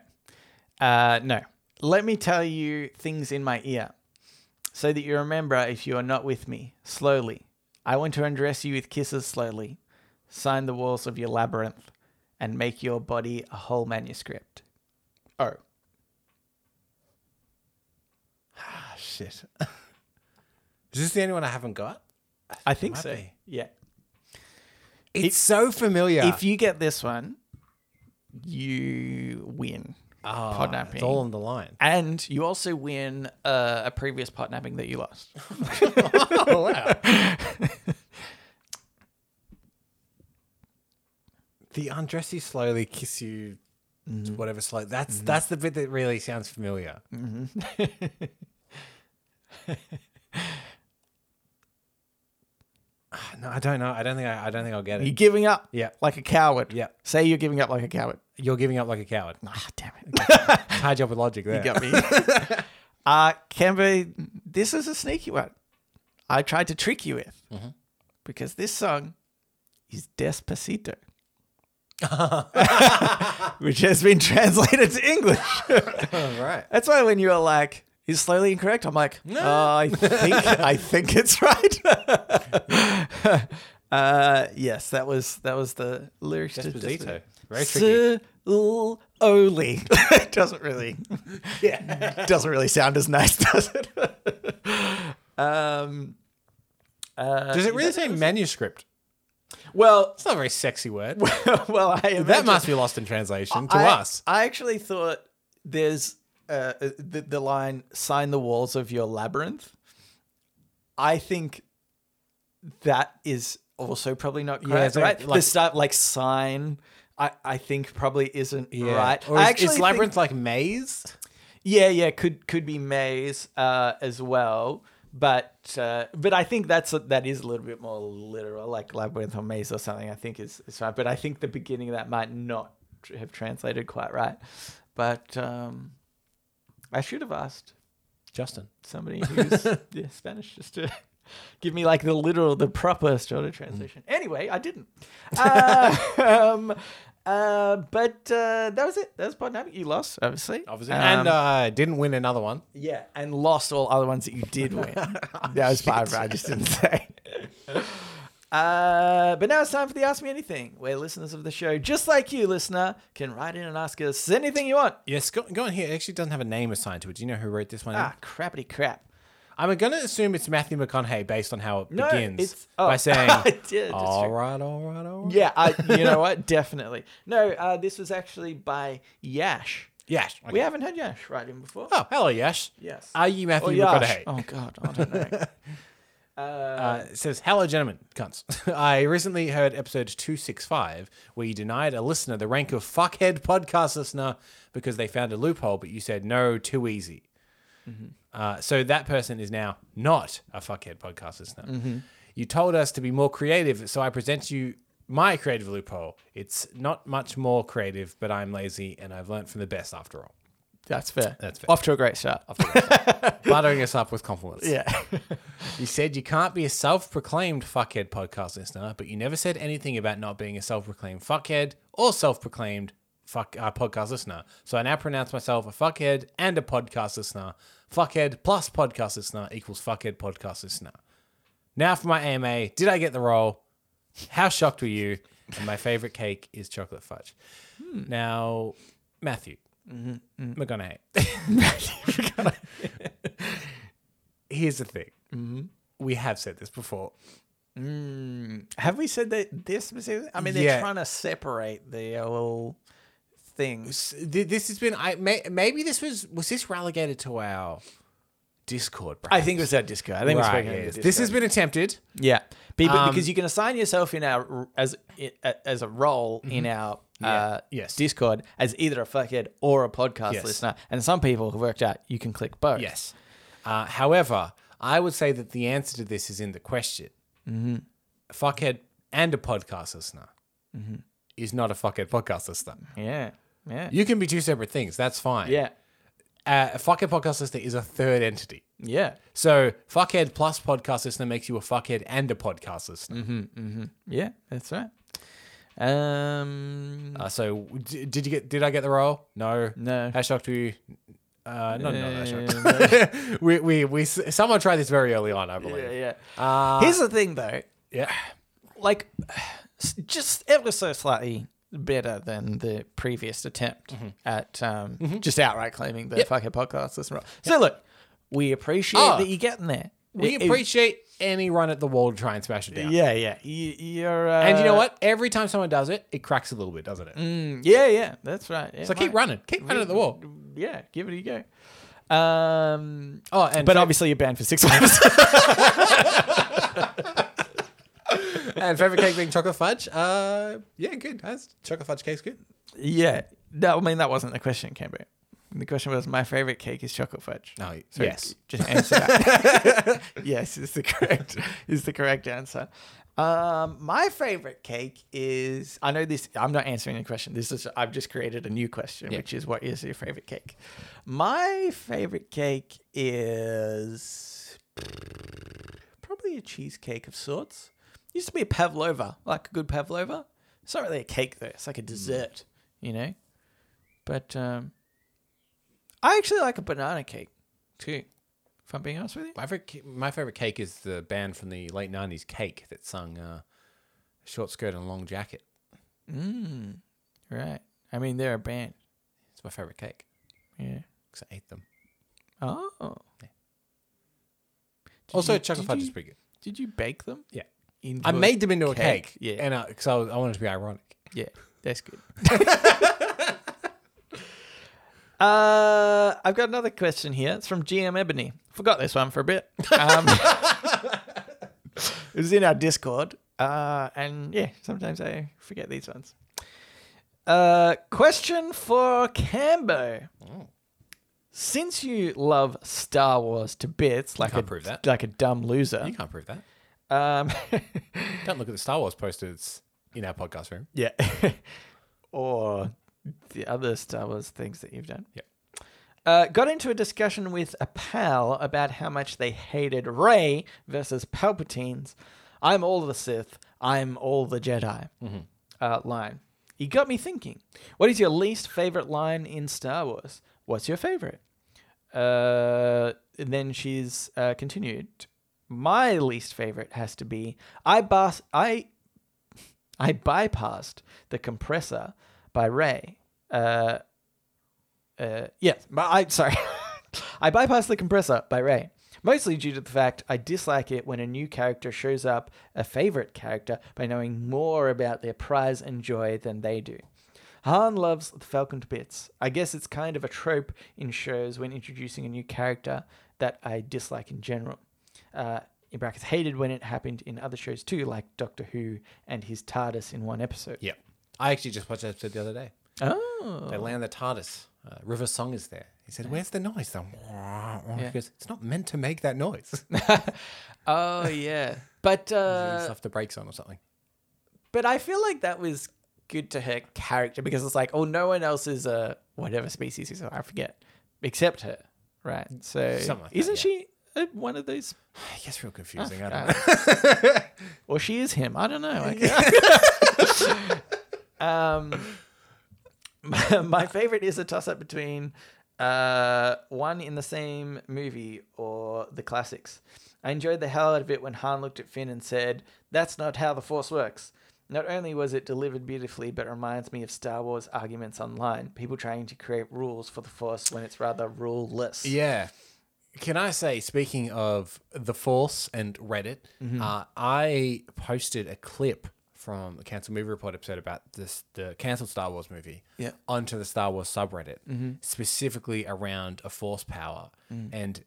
Uh, no. Let me tell you things in my ear so that you remember if you are not with me. Slowly. I want to undress you with kisses slowly, sign the walls of your labyrinth, and make your body a whole manuscript. Oh. Ah, shit. is this the only one I haven't got? I think might so. be. Ah. Yeah. It's so familiar. If you get this one, you win. Ah, Podnapping. It's all on the line. And you also win uh, a previous pot napping that you lost. Oh, wow. the undress you slowly, kiss you, whatever slow. That's that's the bit that really sounds familiar. Ah, no, I don't know. I don't think I, I don't think I'll get You're it. giving up Yeah. like a coward. Yeah. Say you're giving up like a coward. You're giving up like a coward. Ah, damn it. Hard job with logic there. You got me. uh, Kemba, this is a sneaky one. I tried to trick you with Mm-hmm. because this song is Despacito, which has been translated to English. All right. That's why when you were like, is slowly incorrect, I'm like, no. I think I think it's right. uh, yes, that was that was the lyrics Esposito. to Very tricky. Despacito. Slowly. it doesn't really yeah. doesn't really sound as nice, does it? um uh, Does it really say manuscript? well It's not a very sexy word. well I imagine, that must be lost in translation to I, us. I actually thought there's uh, the, the line sign the walls of your labyrinth. I think that is also probably not correct, it's like- right? the like- stuff like sign I, I think probably isn't Yeah. right. Or I is, actually is think- labyrinth like maze? yeah, yeah, could could be maze uh, as well. But uh, but I think that's that is a little bit more literal, like labyrinth or maze or something. I think is is fine. But I think the beginning of that might not tr- have translated quite right. But um, I should have asked Justin. somebody who's yeah, Spanish just to give me like the literal, the proper Strata Mm. translation. Anyway, I didn't. Uh, um, uh, but uh, that was it. That was Podnabic. You lost, obviously. Obviously. Um, and uh, didn't win another one. yeah, and lost all other ones that you did win. that was part of it. I just didn't say. Uh, but now it's time for the Ask Me Anything, where listeners of the show, just like you, listener, can write in and ask us anything you want. Yes, go, go on here. It actually doesn't have a name assigned to it. Do you know who wrote this one? in? Ah, crappity crap. I'm going to assume it's Matthew McConaughey based on how it No, begins it's- oh. by saying, I did, it's true. all right, all right, all right. Yeah, I, you know what? Definitely. No, uh, this was actually by Yash. Yes. We haven't had Yash write in before. Oh, hello, Yash. Yes. Are you Matthew Or McConaughey? Oh, God. I don't know. Uh, it says, Hello, gentlemen, cunts. I recently heard episode 265 where you denied a listener the rank of fuckhead podcast listener because they found a loophole, but you said, No, too easy. Uh, so that person is now not a fuckhead podcast listener. You told us to be more creative, so I present you my creative loophole. It's not much more creative, but I'm lazy and I've learned from the best after all. That's fair. That's fair. Off to a great start. Buttering us up with compliments. yeah. You said you can't be a self-proclaimed fuckhead podcast listener, but you never said anything about not being a self-proclaimed fuckhead or self-proclaimed fuck uh, podcast listener. So I now pronounce myself a fuckhead and a podcast listener. Fuckhead plus podcast listener equals fuckhead podcast listener. Now for my AMA. Did I get the role? How shocked were you? And my favorite cake is chocolate fudge. Now, Matthew McConaughey. Here's the thing. Mm-hmm. We have said this before. Have we said that this specific? I mean, they're Yeah. trying to separate the uh, little things. S- th- This has been. I may, maybe this was was this relegated to our Discord. I perhaps? think it was our Discord. I think it's right. speaking of yes. the This has Discord. been attempted. Yeah, Be- Um, because you can assign yourself in our as as a role in our uh, Yes. Discord as either a fuckhead or a podcast Yes. listener, and some people have worked out you can click both. Yes. Uh, however, I would say that the answer to this is in the question. Mm-hmm. Fuckhead and a podcast listener Mm-hmm. is not a fuckhead podcast listener. yeah, yeah, You can be two separate things. That's fine. yeah, Uh, a fuckhead podcast listener is a third entity. yeah, So fuckhead plus podcast listener makes you a fuckhead and a podcast listener. yeah. That's right. Um, Uh, so d- did you get? Did I get the role? No. No. How shocked were you? Uh, no, no, no, Yeah, shocked. we, we, we, s- someone tried this very early on, I yeah, believe. yeah. Uh, Here's the thing, though. yeah. like s- just ever so slightly better than the previous attempt Mm-hmm. at um, just outright claiming the fucking podcast listener. So look, we appreciate Oh. that you're getting there. We It- it- appreciate any run at the wall to try and smash it down. Yeah, yeah. You, you're. Uh, And you know what? Every time someone does it, it cracks a little bit, doesn't it? mm, Yeah, yeah. That's right. Yeah, So keep right. running. Keep running at the wall. Yeah, give it a go. Um, Oh, and but fa- obviously you're banned for six months. and favorite cake being chocolate fudge. Uh, yeah, good. That's chocolate fudge cake's good. yeah. No, I mean that wasn't the question, Cambry. The question was my favorite cake is chocolate fudge. No, So yes. Just answer that. yes, is the correct is the correct answer. Um, my favorite cake is I know this. I'm not answering the question. This is I've just created a new question, which is what is your favorite cake? My favorite cake is probably a cheesecake of sorts. Used to be a pavlova, like a good pavlova. It's not really a cake though. It's like a dessert, you know. But um, I actually like a banana cake too. If I'm being honest with you. My favorite, ca- my favorite cake is the band from the late '90s, Cake, that sung uh, "Short Skirt and Long Jacket." Mm, right. I mean, they're a band. It's my favorite cake Yeah. because I ate them. Oh. Did also, you- chocolate did fudge you- is pretty good. Did you bake them? Yeah, Into I a- made them into a cake, cake. yeah. and because I, was, I wanted to be ironic. Yeah, that's good. uh, I've got another question here. It's from GM Ebony. Forgot this one for a bit. Um, it was in our Discord. Uh, and yeah, sometimes I forget these ones. Mm. Uh, question for Cambo. Since you love Star Wars to bits, like a can't prove that. like a dumb loser, Oh, You can't prove that. um, Don't look at the Star Wars posters in our podcast room. yeah, or the other Star Wars things that you've done. Yeah. Uh, got into a discussion with a pal about how much they hated Rey versus Palpatine's I'm all the Sith, I'm all the Jedi uh, line. He got me thinking what is your least favorite line in Star Wars? What's your favorite? Uh, and then she's uh, continued. My least favorite has to be I, bas- I I bypassed the compressor by Ray. Uh, uh, yes, but I sorry, I bypassed the compressor by Ray. Mostly due to the fact I dislike it when a new character shows up a favorite character by knowing more about their prize and joy than they do. Han loves the Falcon to bits. I guess it's kind of a trope in shows when introducing a new character that I dislike in general uh, in brackets, hated when it happened in other shows too, like Doctor Who and his TARDIS in one episode. Yeah. I actually just watched that episode the other day. Oh. They land the TARDIS. Uh, River Song is there. He said, "Where's the noise?" Then he goes, "It's not meant to make that noise." Oh, yeah. But, uh, Stuff the brakes on or something. but I feel like that was good to her character because it's like, oh, no one else is a whatever species is, I forget, except her. Right. So, Something like that, isn't yeah. she uh, one of those? I guess real confusing. I don't know. Uh, or she is him. I don't know. I Um, my, my favorite is a toss up between uh, one in the same movie or the classics. I enjoyed the hell out of it when Han looked at Finn and said, That's not how the Force works. Not only was it delivered beautifully, but reminds me of Star Wars arguments online. People trying to create rules for the Force when it's rather ruleless. Yeah. Can I say, speaking of the Force and Reddit, Mm-hmm. uh, I posted a clip from the Cancel Movie Report episode about this the cancelled Star Wars movie Yeah. Mm-hmm. onto the Star Wars subreddit, specifically around a Force power. Mm. And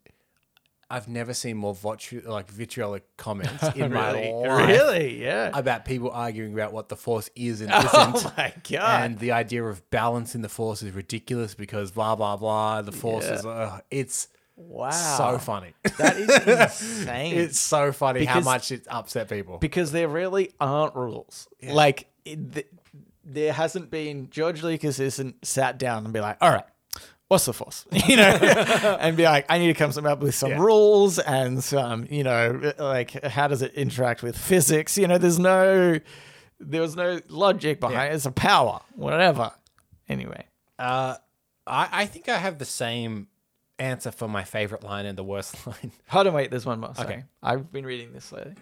I've never seen more vitriol like vitriolic comments in my Really? life Really? Yeah. about people arguing about what the Force is and isn't. oh my God. And the idea of balance in the force is ridiculous because blah blah blah. The force Yeah. is uh, it's wow. so funny. That is insane. Ah, it's so funny how Because- much it upset people. because there really aren't rules. Like it, th- there hasn't been George Lucas isn't sat down and be like, all right. What's the force? You know, and be like, I need to come some up with some Yeah. rules and some, you know, like how does it interact with physics? You know, there's no, there was no logic behind it. It's a power, whatever. Anyway, Uh, I, I think I have the same answer for my favorite line and the worst line. Hold on, wait. There's one more. Sorry. Okay. I've been reading this lately.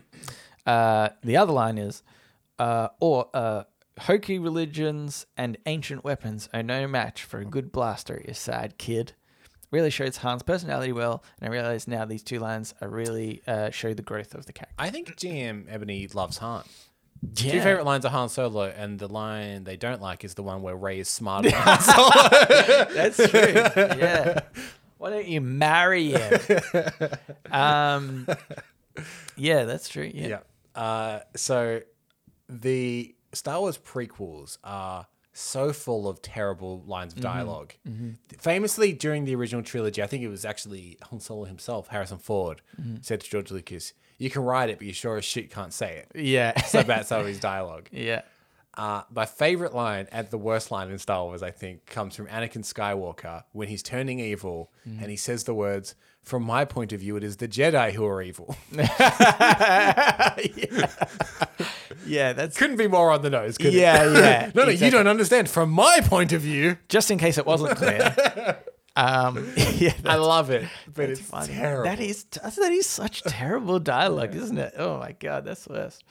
Uh, the other line is, uh, or uh, hokey religions and ancient weapons are no match for a good blaster. Is sad kid. Really shows Han's personality well, and I realize now these two lines are really uh, show the growth of the character. I think GM Ebony loves Han. Two favorite lines are Han Solo, and the line they don't like is the one where Ray is smarter. than Han Solo. That's true. yeah. Why don't you marry him? um, yeah, that's true. Yeah. Yeah. Uh, so the Star Wars prequels are so full of terrible lines of dialog Famously, during the original trilogy, I think it was actually Han Solo himself, Harrison Ford, said to George Lucas, "You can write it, but you sure as shit can't say it." Yeah. So bad, so his dialogue. yeah. Uh, my favorite line and the worst line in Star Wars, I think, comes from Anakin Skywalker when he's turning evil and he says the words, From my point of view, it is the Jedi who are evil. Yeah, that's Couldn't be more on the nose, could it? Yeah, yeah. no, no, exactly. you don't understand. From my point of view, Just in case it wasn't clear. um, yeah, I that's love it, but it's funny. terrible. That is that is such terrible dialogue, isn't it? Oh my god, that's the worst.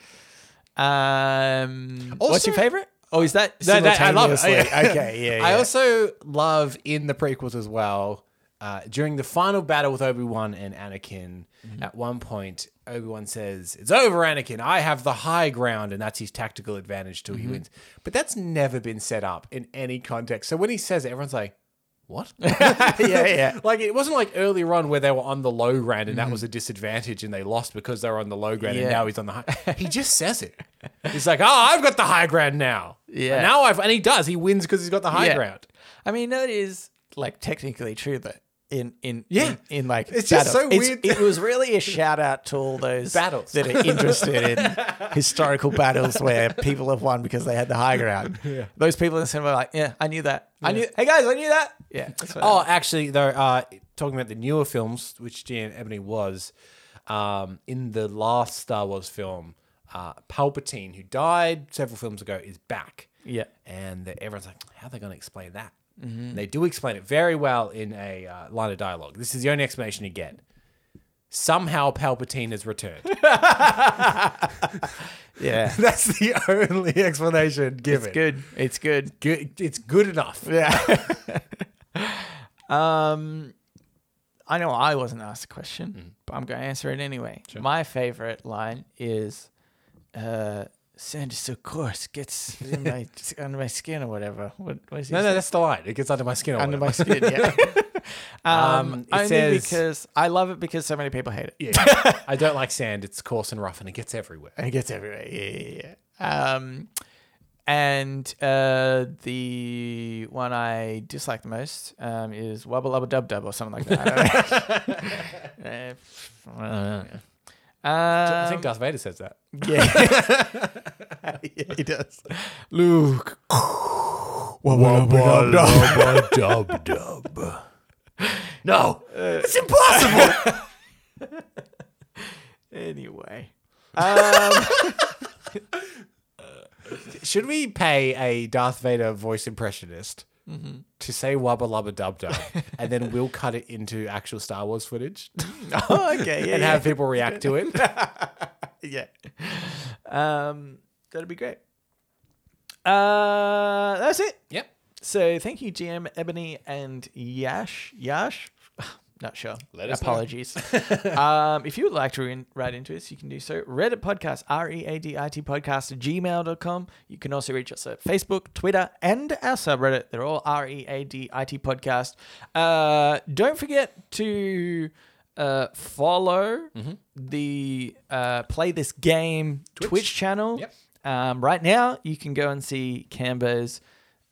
Um, what's Also- your favorite? Oh, is that, That- that- I love it. simultaneously? Yeah. Okay, yeah, yeah. I also love in the prequels as well. Uh, during the final battle with Obi Wan and Anakin, Mm-hmm. at one point Obi Wan says, "It's over, Anakin. I have the high ground," and that's his tactical advantage Mm-hmm. till he wins. But that's never been set up in any context. So when he says it, everyone's like, "What?" yeah, yeah. Mm-hmm. Like it wasn't like earlier on where they were on the low ground and that was a disadvantage and they lost because they were on the low ground Yeah. and now he's on the high. he just says it. He's like, "Oh, I've got the high ground now." Yeah. Now I've and he does. He wins because he's got the high Yeah. ground. I mean, that is like technically true though. in in Yeah. in, in, like It's just battles. so It's- weird. it was really a shout out to all those Battles. that are interested in historical battles where people have won because they had the high ground. Those people in the cinema are like, yeah, I knew that. I knew. Hey guys, I knew that. Yeah. that's what Oh, actually, though, uh, talking about the newer films, which Gian Ebony was, um, in the last Star Wars film, uh, Palpatine, who died several films ago, is back. Yeah. And the- everyone's like, how are they going to explain that? They do explain it very well in a uh, line of dialogue. This is the only explanation you get. Somehow Palpatine has returned. yeah. That's the only explanation given. It's good. It's good. Good- It's good enough. Yeah. um, I know I wasn't asked a question, Mm. but I'm going to answer it anyway. My favorite line is, uh, "Sand is so coarse, gets in my under my skin or whatever." What, what is he No, no, say? that's the line. It gets under my skin. Or under whatever. my skin. Yeah. um, Um, it only says- because I love it because so many people hate it. Yeah. I don't like sand. It's coarse and rough, and it gets everywhere. and it gets everywhere. Yeah, yeah, yeah. Um, and uh, the one I dislike the most um, is Wubba Lubba Dub Dub or something like that. I don't know. Uh, I um, think Darth Vader says that. yeah. yeah, he does. Luke. Wubba Lubba Dub Dub. dub dub. No, it's impossible. Anyway. Um, Should we pay a Darth Vader voice impressionist Mm-hmm. to say wubba lubba dub dub, and then we'll cut it into actual Star Wars footage Oh, okay. Yeah, and yeah. have people react to it? yeah. Um, that'd be great. Uh, that's it. Yep. So thank you, GM Ebony and Yash. Yash, not sure. Let us know. Apologies. um, if you would like to re- write into us, you can do so. Reddit podcast, R E A D I T podcast, gmail.com. You can also reach us at Facebook, Twitter, and our subreddit. They're all R E A D I T podcast. Uh, don't forget to uh, follow the uh, Play This Game Twitch, channel. Yep. Um, right now, you can go and see Cambo's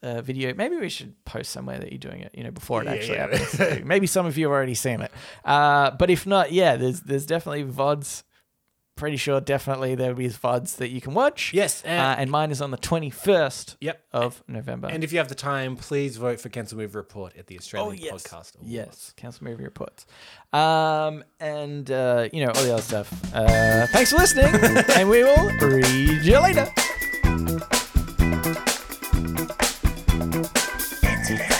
uh, video. Maybe we should post somewhere that you're doing it, you know, before it actually yeah. happens. too. Maybe some of you have already seen it. Uh, but if not, yeah, there's there's definitely VODs. Pretty sure definitely there'll be VODs that you can watch. Yes, and- uh, and mine is on the 21st Yep. of November. And oh, if you have the time, please vote for Cancel Movie Report at the oh, Australian yes. Podcast Awards. Yes, Council Movie Reports. Um, and, uh, you know, all the other stuff. Uh, thanks for listening, and we will read you later. It's a